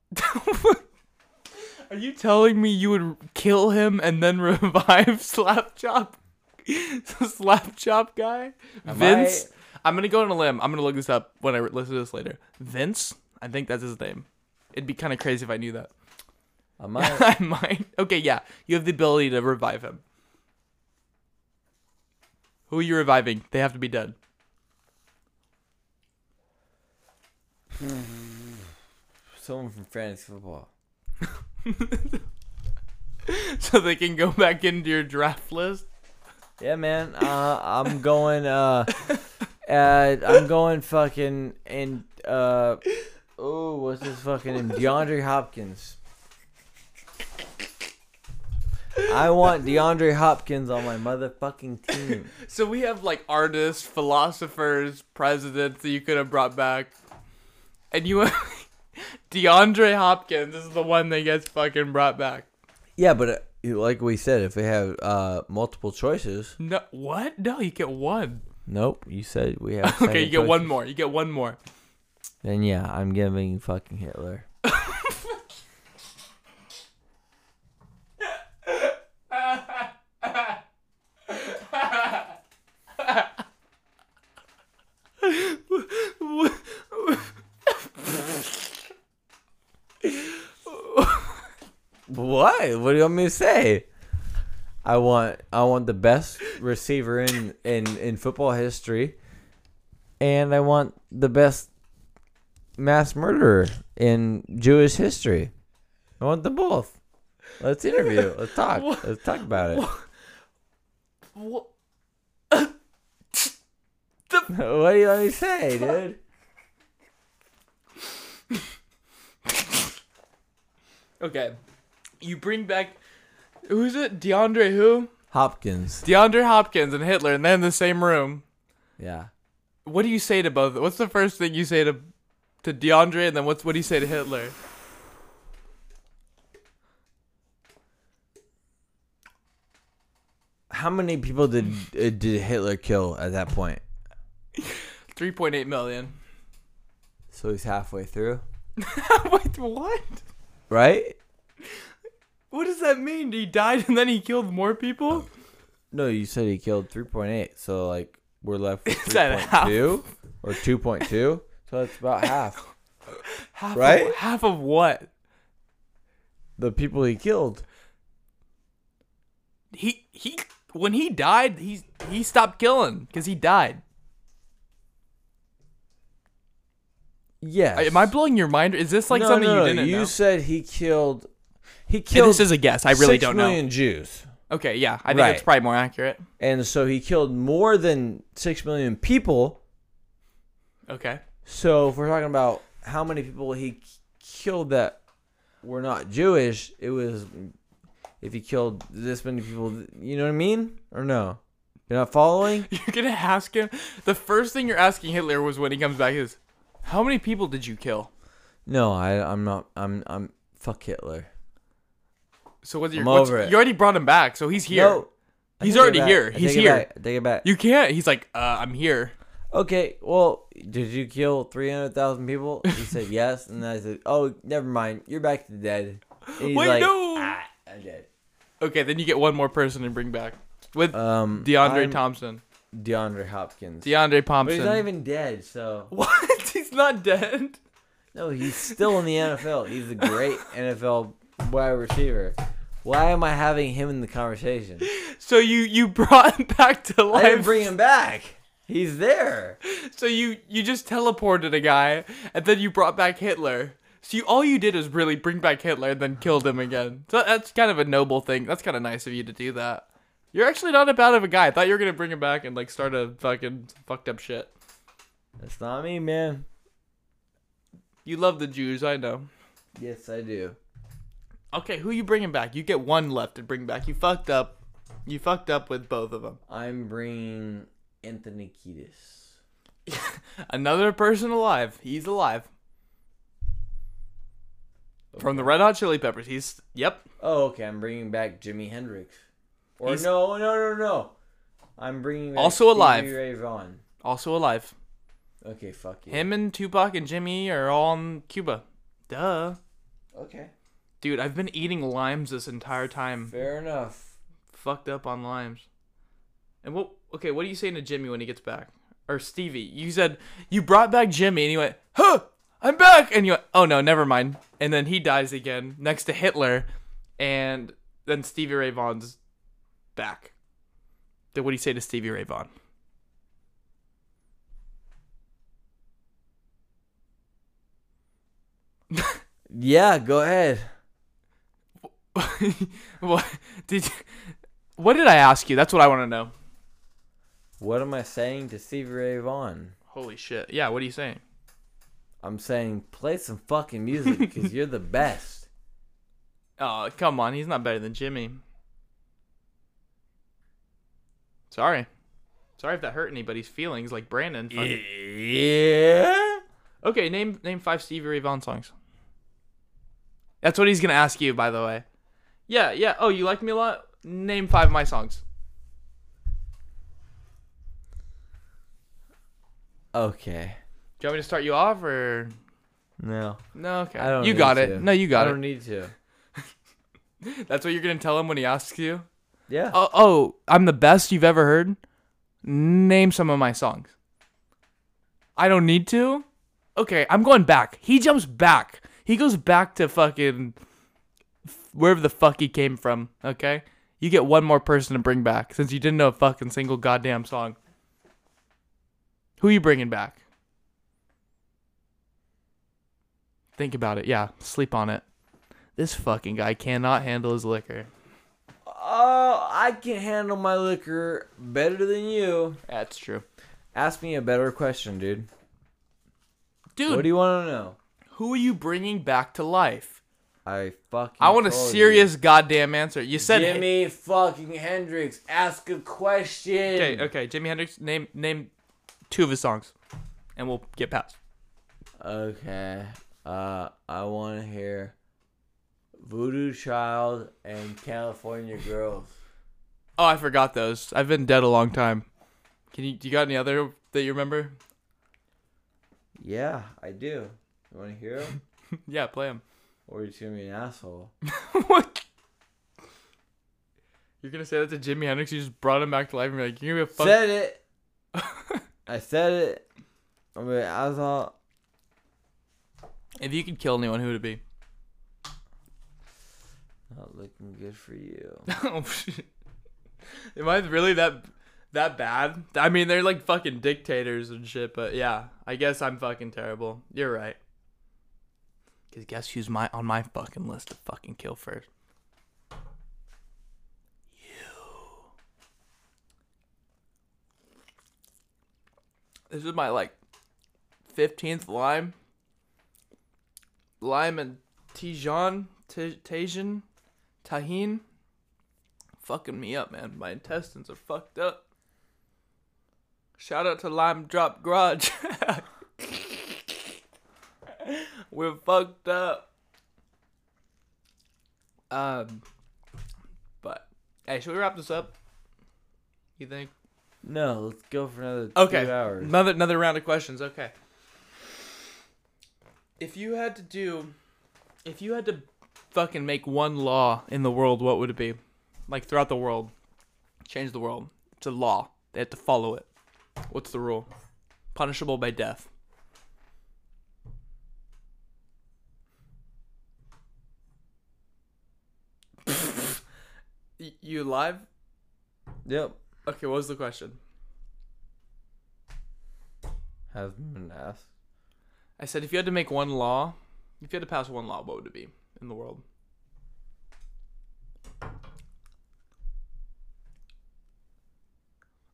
Speaker 4: Are you telling me you would kill him and then revive Slapchop? Slapchop guy?
Speaker 3: Am
Speaker 4: Vince? I'm going to go on a limb. I'm going to look this up when I re- listen to this later. Vince? I think that's his name. It'd be kind of crazy if I knew that.
Speaker 3: I might.
Speaker 4: I might. Okay, yeah. You have the ability to revive him. Who are you reviving? They have to be dead.
Speaker 3: Someone from fantasy football.
Speaker 4: So they can go back into your draft list.
Speaker 3: Yeah, man. Uh, I'm going. Uh, uh, I'm going fucking and uh, oh, what's this fucking name? DeAndre Hopkins. I want DeAndre Hopkins on my motherfucking team.
Speaker 4: So we have like artists, philosophers, presidents that you could have brought back, and you, DeAndre Hopkins is the one that gets fucking brought back.
Speaker 3: Yeah, but uh, like we said, if they have uh, multiple choices,
Speaker 4: No, what? No, you get one.
Speaker 3: nope. You said we have.
Speaker 4: Okay,
Speaker 3: seven
Speaker 4: you get one
Speaker 3: choices.
Speaker 4: more. You get one more.
Speaker 3: Then yeah, I'm giving fucking Hitler. What? What do you want me to say? I want I want the best receiver in in in football history, and I want the best mass murderer in Jewish history. I want them both. Let's interview. Let's talk.
Speaker 4: What?
Speaker 3: Let's talk about it.
Speaker 4: What?
Speaker 3: What do you want me to say, dude?
Speaker 4: Okay. You bring back who's it? DeAndre who?
Speaker 3: Hopkins.
Speaker 4: DeAndre Hopkins and Hitler, and they're in the same room.
Speaker 3: Yeah.
Speaker 4: What do you say to both? What's the first thing you say to to DeAndre, and then what's what do you say to Hitler?
Speaker 3: How many people did uh, did Hitler kill at that point?
Speaker 4: Three point eight million.
Speaker 3: So he's halfway through,
Speaker 4: Wait, what?
Speaker 3: right?
Speaker 4: What does that mean? He died and then he killed more people?
Speaker 3: No, you said he killed 3.8. So like we're left with
Speaker 4: Is that half?
Speaker 3: 3.2 or 2.2. So that's about half
Speaker 4: Half
Speaker 3: Right?
Speaker 4: Of, half of what?
Speaker 3: the people he killed.
Speaker 4: He he. When he died, he he stopped killing because he died.
Speaker 3: Yes.
Speaker 4: Am I blowing your mind? Is this like
Speaker 3: no,
Speaker 4: something
Speaker 3: no,
Speaker 4: you
Speaker 3: no,
Speaker 4: didn't
Speaker 3: You
Speaker 4: know?
Speaker 3: said he killed. He
Speaker 4: Yeah,
Speaker 3: killed.
Speaker 4: this is a guess. I really
Speaker 3: six
Speaker 4: don't know.
Speaker 3: million Jews,
Speaker 4: Okay, yeah, I think
Speaker 3: Right.
Speaker 4: that's probably more accurate.
Speaker 3: and so he killed more than six million people.
Speaker 4: Okay.
Speaker 3: So if we're talking about how many people he k- killed that were not Jewish, it was if he killed this many people, th- you know what I mean? Or no? You're not following?
Speaker 4: You're gonna ask him. The first thing you're asking Hitler was when he comes back is, how many people did you kill?
Speaker 3: No, I I'm not I'm I'm fuck Hitler.
Speaker 4: So what's your?
Speaker 3: I'm
Speaker 4: what's-
Speaker 3: over it.
Speaker 4: You already brought him back, so he's here.
Speaker 3: No. I
Speaker 4: He's
Speaker 3: take it
Speaker 4: already
Speaker 3: back.
Speaker 4: here.
Speaker 3: I
Speaker 4: He's
Speaker 3: take it
Speaker 4: here.
Speaker 3: back. I take it back.
Speaker 4: You can't. He's like, uh, I'm here.
Speaker 3: okay, well, did you kill 300,000 people? He said yes, and then I said, "Oh, never mind. You're back to dead." And he's
Speaker 4: Wait,
Speaker 3: like,
Speaker 4: no.
Speaker 3: "Ah, I'm dead."
Speaker 4: Okay, then you get one more person to bring back with
Speaker 3: Um
Speaker 4: DeAndre
Speaker 3: I'm
Speaker 4: Thompson.
Speaker 3: DeAndre Hopkins.
Speaker 4: DeAndre
Speaker 3: but
Speaker 4: Thompson.
Speaker 3: he's not even dead, so
Speaker 4: what? He's not dead.
Speaker 3: No, he's still in the NFL. He's a great NFL wide receiver. Why am I having him in the conversation?
Speaker 4: So you you brought him back to
Speaker 3: I
Speaker 4: life.
Speaker 3: didn't bring him back. He's there.
Speaker 4: So you you just teleported a guy, and then you brought back Hitler. So you, all you did is really bring back Hitler and then killed him again. So that's kind of a noble thing. That's kind of nice of you to do that. You're actually not a bad of a guy. I thought you were gonna bring him back and like start a fucking fucked up shit.
Speaker 3: That's not me, man.
Speaker 4: You love the Jews, I know.
Speaker 3: Yes, I do.
Speaker 4: Okay, who you bringing back? You get one left to bring back. You fucked up. You fucked up with both of them.
Speaker 3: I'm bringing Anthony Kiedis.
Speaker 4: Another person alive. He's alive. From the Red Hot Chili Peppers. He's yep.
Speaker 3: Oh, okay. I'm bringing back Jimi Hendrix. Or
Speaker 4: He's-
Speaker 3: no, no, no, no. I'm bringing back
Speaker 4: Also alive.
Speaker 3: Stevie Ray Vaughan.
Speaker 4: Also alive.
Speaker 3: Okay, fuck you.
Speaker 4: Him and Tupac and Jimmy are all in Cuba. Duh.
Speaker 3: Okay,
Speaker 4: Dude, I've been eating limes this entire time.
Speaker 3: fair enough.
Speaker 4: Fucked up on limes. And what okay, what are you saying to Jimmy when he gets back? Or Stevie. You said you brought back Jimmy and he went, Huh, I'm back and you went, Oh no, never mind. And then he dies again next to Hitler and then Stevie Ray Vaughan's back. Then what do you say to Stevie Ray Vaughan?
Speaker 3: Yeah, go ahead.
Speaker 4: what did you, what did I ask you? That's what I want to know.
Speaker 3: What am I saying to Stevie Ray Vaughan?
Speaker 4: Holy shit. Yeah, what are you saying?
Speaker 3: I'm saying play some fucking music because you're the best.
Speaker 4: Oh, come on. He's not better than Jimmy. Sorry. Sorry if that hurt anybody's feelings like Brandon. fucking-
Speaker 3: Yeah.
Speaker 4: Okay, name name five Stevie Ray Vaughan songs. That's what he's going to ask you, by the way. Yeah, yeah. Oh, you like me a lot? Name five of my songs.
Speaker 3: Okay.
Speaker 4: Do you want me to start you off or.
Speaker 3: No,
Speaker 4: No, okay.
Speaker 3: I don't.
Speaker 4: you
Speaker 3: need
Speaker 4: got it.
Speaker 3: to.
Speaker 4: No, you got
Speaker 3: I
Speaker 4: it.
Speaker 3: don't need to.
Speaker 4: That's what you're going to tell him when he asks you?
Speaker 3: Yeah.
Speaker 4: Oh, oh, I'm the best you've ever heard. Name some of my songs. I don't need to. Okay, I'm going back. He jumps back. He goes back to fucking wherever the fuck he came from. Okay, you get one more person to bring back since you didn't know a fucking single goddamn song. Who you bringing back? Think about it. Yeah, sleep on it. This fucking guy cannot handle his liquor.
Speaker 3: Oh, I can handle my liquor better than you.
Speaker 4: That's true,
Speaker 3: Ask me a better question, dude.
Speaker 4: dude.
Speaker 3: What do you want to know?
Speaker 4: who are you bringing back to life?
Speaker 3: I fucking.
Speaker 4: I want a
Speaker 3: told you.
Speaker 4: serious goddamn answer. You said
Speaker 3: Oh, Jimmy fucking Hendrix. Ask a question.
Speaker 4: Okay, okay. Jimi Hendrix, name name two of his songs, and we'll get past.
Speaker 3: Okay. Uh, I want to hear Voodoo Child and California Girls.
Speaker 4: Oh, I forgot those. I've been dead a long time. Can you? Do you got any other that you remember?
Speaker 3: Yeah, I do. You want to hear them?
Speaker 4: Yeah, play them.
Speaker 3: Or you're gonna be an asshole.
Speaker 4: what? You're gonna say that to Jimi Hendrix? You just brought him back to life and be like, "You're gonna be a fuck."
Speaker 3: Said it. I said it. I'm an asshole.
Speaker 4: if you could kill anyone, who would it be?
Speaker 3: Not looking good for you.
Speaker 4: Oh, shit. Am I really that that bad? I mean, they're like fucking dictators and shit, but yeah, I guess I'm fucking terrible. You're right. Cause guess who's my on my fucking list to fucking kill first? You. This is my like fifteenth lime. Lime and Tijan, Ti- Tajin, Tahin fucking me up, man. My intestines are fucked up. Shout out to Lime Drop Garage. We're fucked up. Um, but hey, should we wrap this up? You think?
Speaker 3: No, let's go for another
Speaker 4: Okay.
Speaker 3: two hours.
Speaker 4: Another another round of questions. Okay. If you had to do, if you had to fucking make one law in the world, what would it be? Like throughout the world, change the world. It's a law. They have to follow it. What's the rule? Punishable by death. Y- you alive?
Speaker 3: Yep.
Speaker 4: Okay, what was the question?
Speaker 3: Hasn't been asked.
Speaker 4: I said, if you had to make one law, if you had to pass one law, what would it be in the world?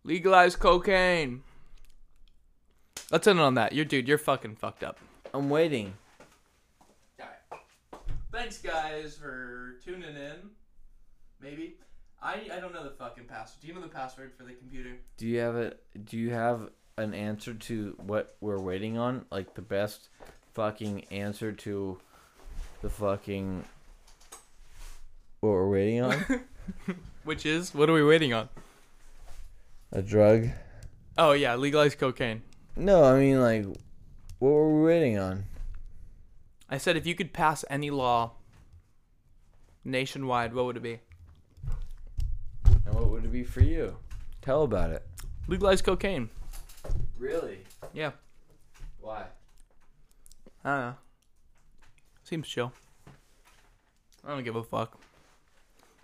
Speaker 4: Legalize cocaine. Let's end it on that. You're dude, you're fucking fucked up.
Speaker 3: I'm waiting.
Speaker 4: Thanks guys for tuning in. Maybe. I I don't know the fucking password. Do you know the password for the computer?
Speaker 3: Do you have a do you have an answer to what we're waiting on? Like the best fucking answer to the fucking what we're waiting on?
Speaker 4: Which is what are we waiting on?
Speaker 3: a drug?
Speaker 4: Oh yeah, legalize cocaine.
Speaker 3: No, I mean like what were we waiting on?
Speaker 4: I said if you could pass any law nationwide, what would it be?
Speaker 3: And what would it be for you? Tell about it.
Speaker 4: Legalize cocaine.
Speaker 3: Really?
Speaker 4: Yeah.
Speaker 3: Why?
Speaker 4: I don't know. Seems chill. I don't give a fuck.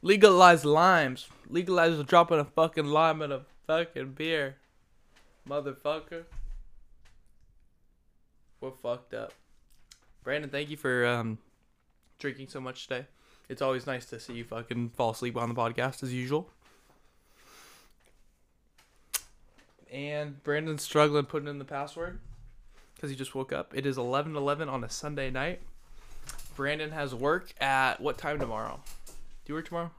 Speaker 4: Legalize limes. Legalize dropping a fucking lime in a fucking beer. Motherfucker. We're fucked up. Brandon, thank you for um, drinking so much today. It's always nice to see you fucking fall asleep on the podcast as usual. And Brandon's struggling putting in the password because he just woke up. It is 11 11 on a Sunday night. Brandon has work at what time tomorrow? Do you work tomorrow?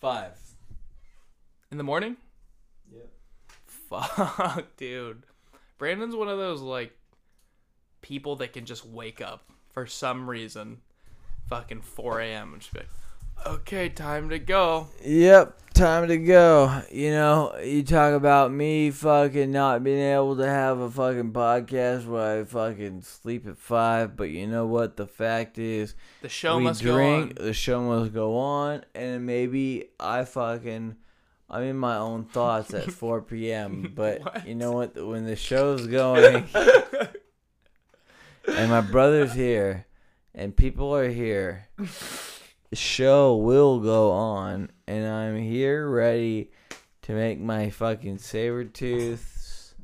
Speaker 3: Five.
Speaker 4: In the morning?
Speaker 3: Yeah.
Speaker 4: Fuck, dude. Brandon's one of those, like, people that can just wake up for some reason, fucking 4 a.m., and just be like, okay, time to go.
Speaker 3: Yep, time to go. You know, you talk about me fucking not being able to have a fucking podcast where I fucking sleep at five, but you know what? The fact is,
Speaker 4: The show
Speaker 3: we
Speaker 4: must
Speaker 3: drink,
Speaker 4: go on.
Speaker 3: the show must go on, and maybe I fucking. I'm in my own thoughts at 4 p.m., but you know what? When the show's going and my brother's here and people are here show will go on, and I'm here ready to make my fucking saber tooths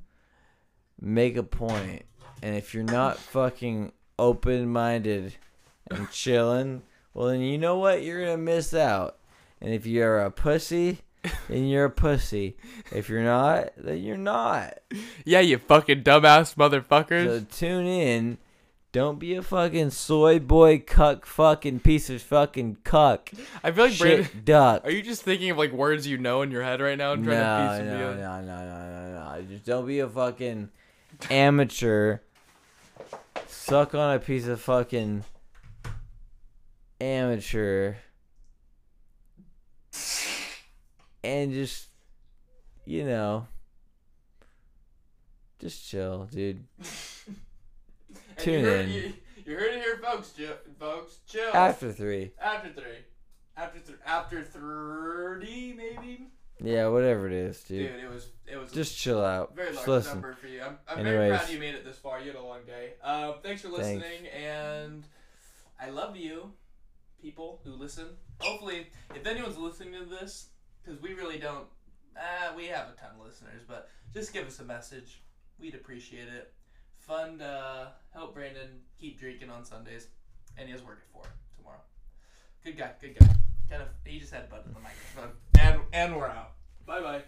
Speaker 3: make a point. And if you're not fucking open minded and chilling, well, then you know what? You're gonna miss out. And if you're a pussy, then you're a pussy. If you're not, then you're not.
Speaker 4: Yeah, you fucking dumbass motherfuckers.
Speaker 3: So tune in. Don't be a fucking soy boy cuck fucking piece of fucking cuck.
Speaker 4: I feel like Brandon.
Speaker 3: Shit duck.
Speaker 4: Are you just thinking of like words you know in your head right now and
Speaker 3: No,
Speaker 4: trying to
Speaker 3: no,
Speaker 4: piece
Speaker 3: no,
Speaker 4: them together?
Speaker 3: no, no, no, no. Just don't be a fucking amateur. Suck on a piece of fucking amateur. And just, you know, just chill, dude. Tune in.
Speaker 4: You heard it here, folks. Folks, chill.
Speaker 3: After three.
Speaker 4: After three. After th- after thirty, maybe.
Speaker 3: Yeah, whatever it is, dude.
Speaker 4: it was it was
Speaker 3: Just chill out. Just listen.
Speaker 4: for you. I'm, I'm
Speaker 3: very proud Anyways. you
Speaker 4: made it this far. You had a long day. Um, thanks for
Speaker 3: Thanks. listening,
Speaker 4: and I love you, people who listen. Hopefully, if anyone's listening to this, because we really don't, uh, we have a ton of listeners, but just give us a message. We'd appreciate it. Fund, uh, help Brandon keep drinking on Sundays, and he has work at four tomorrow. Good guy, good guy. Kind of, he just had a button on the microphone, and and we're out. Bye bye.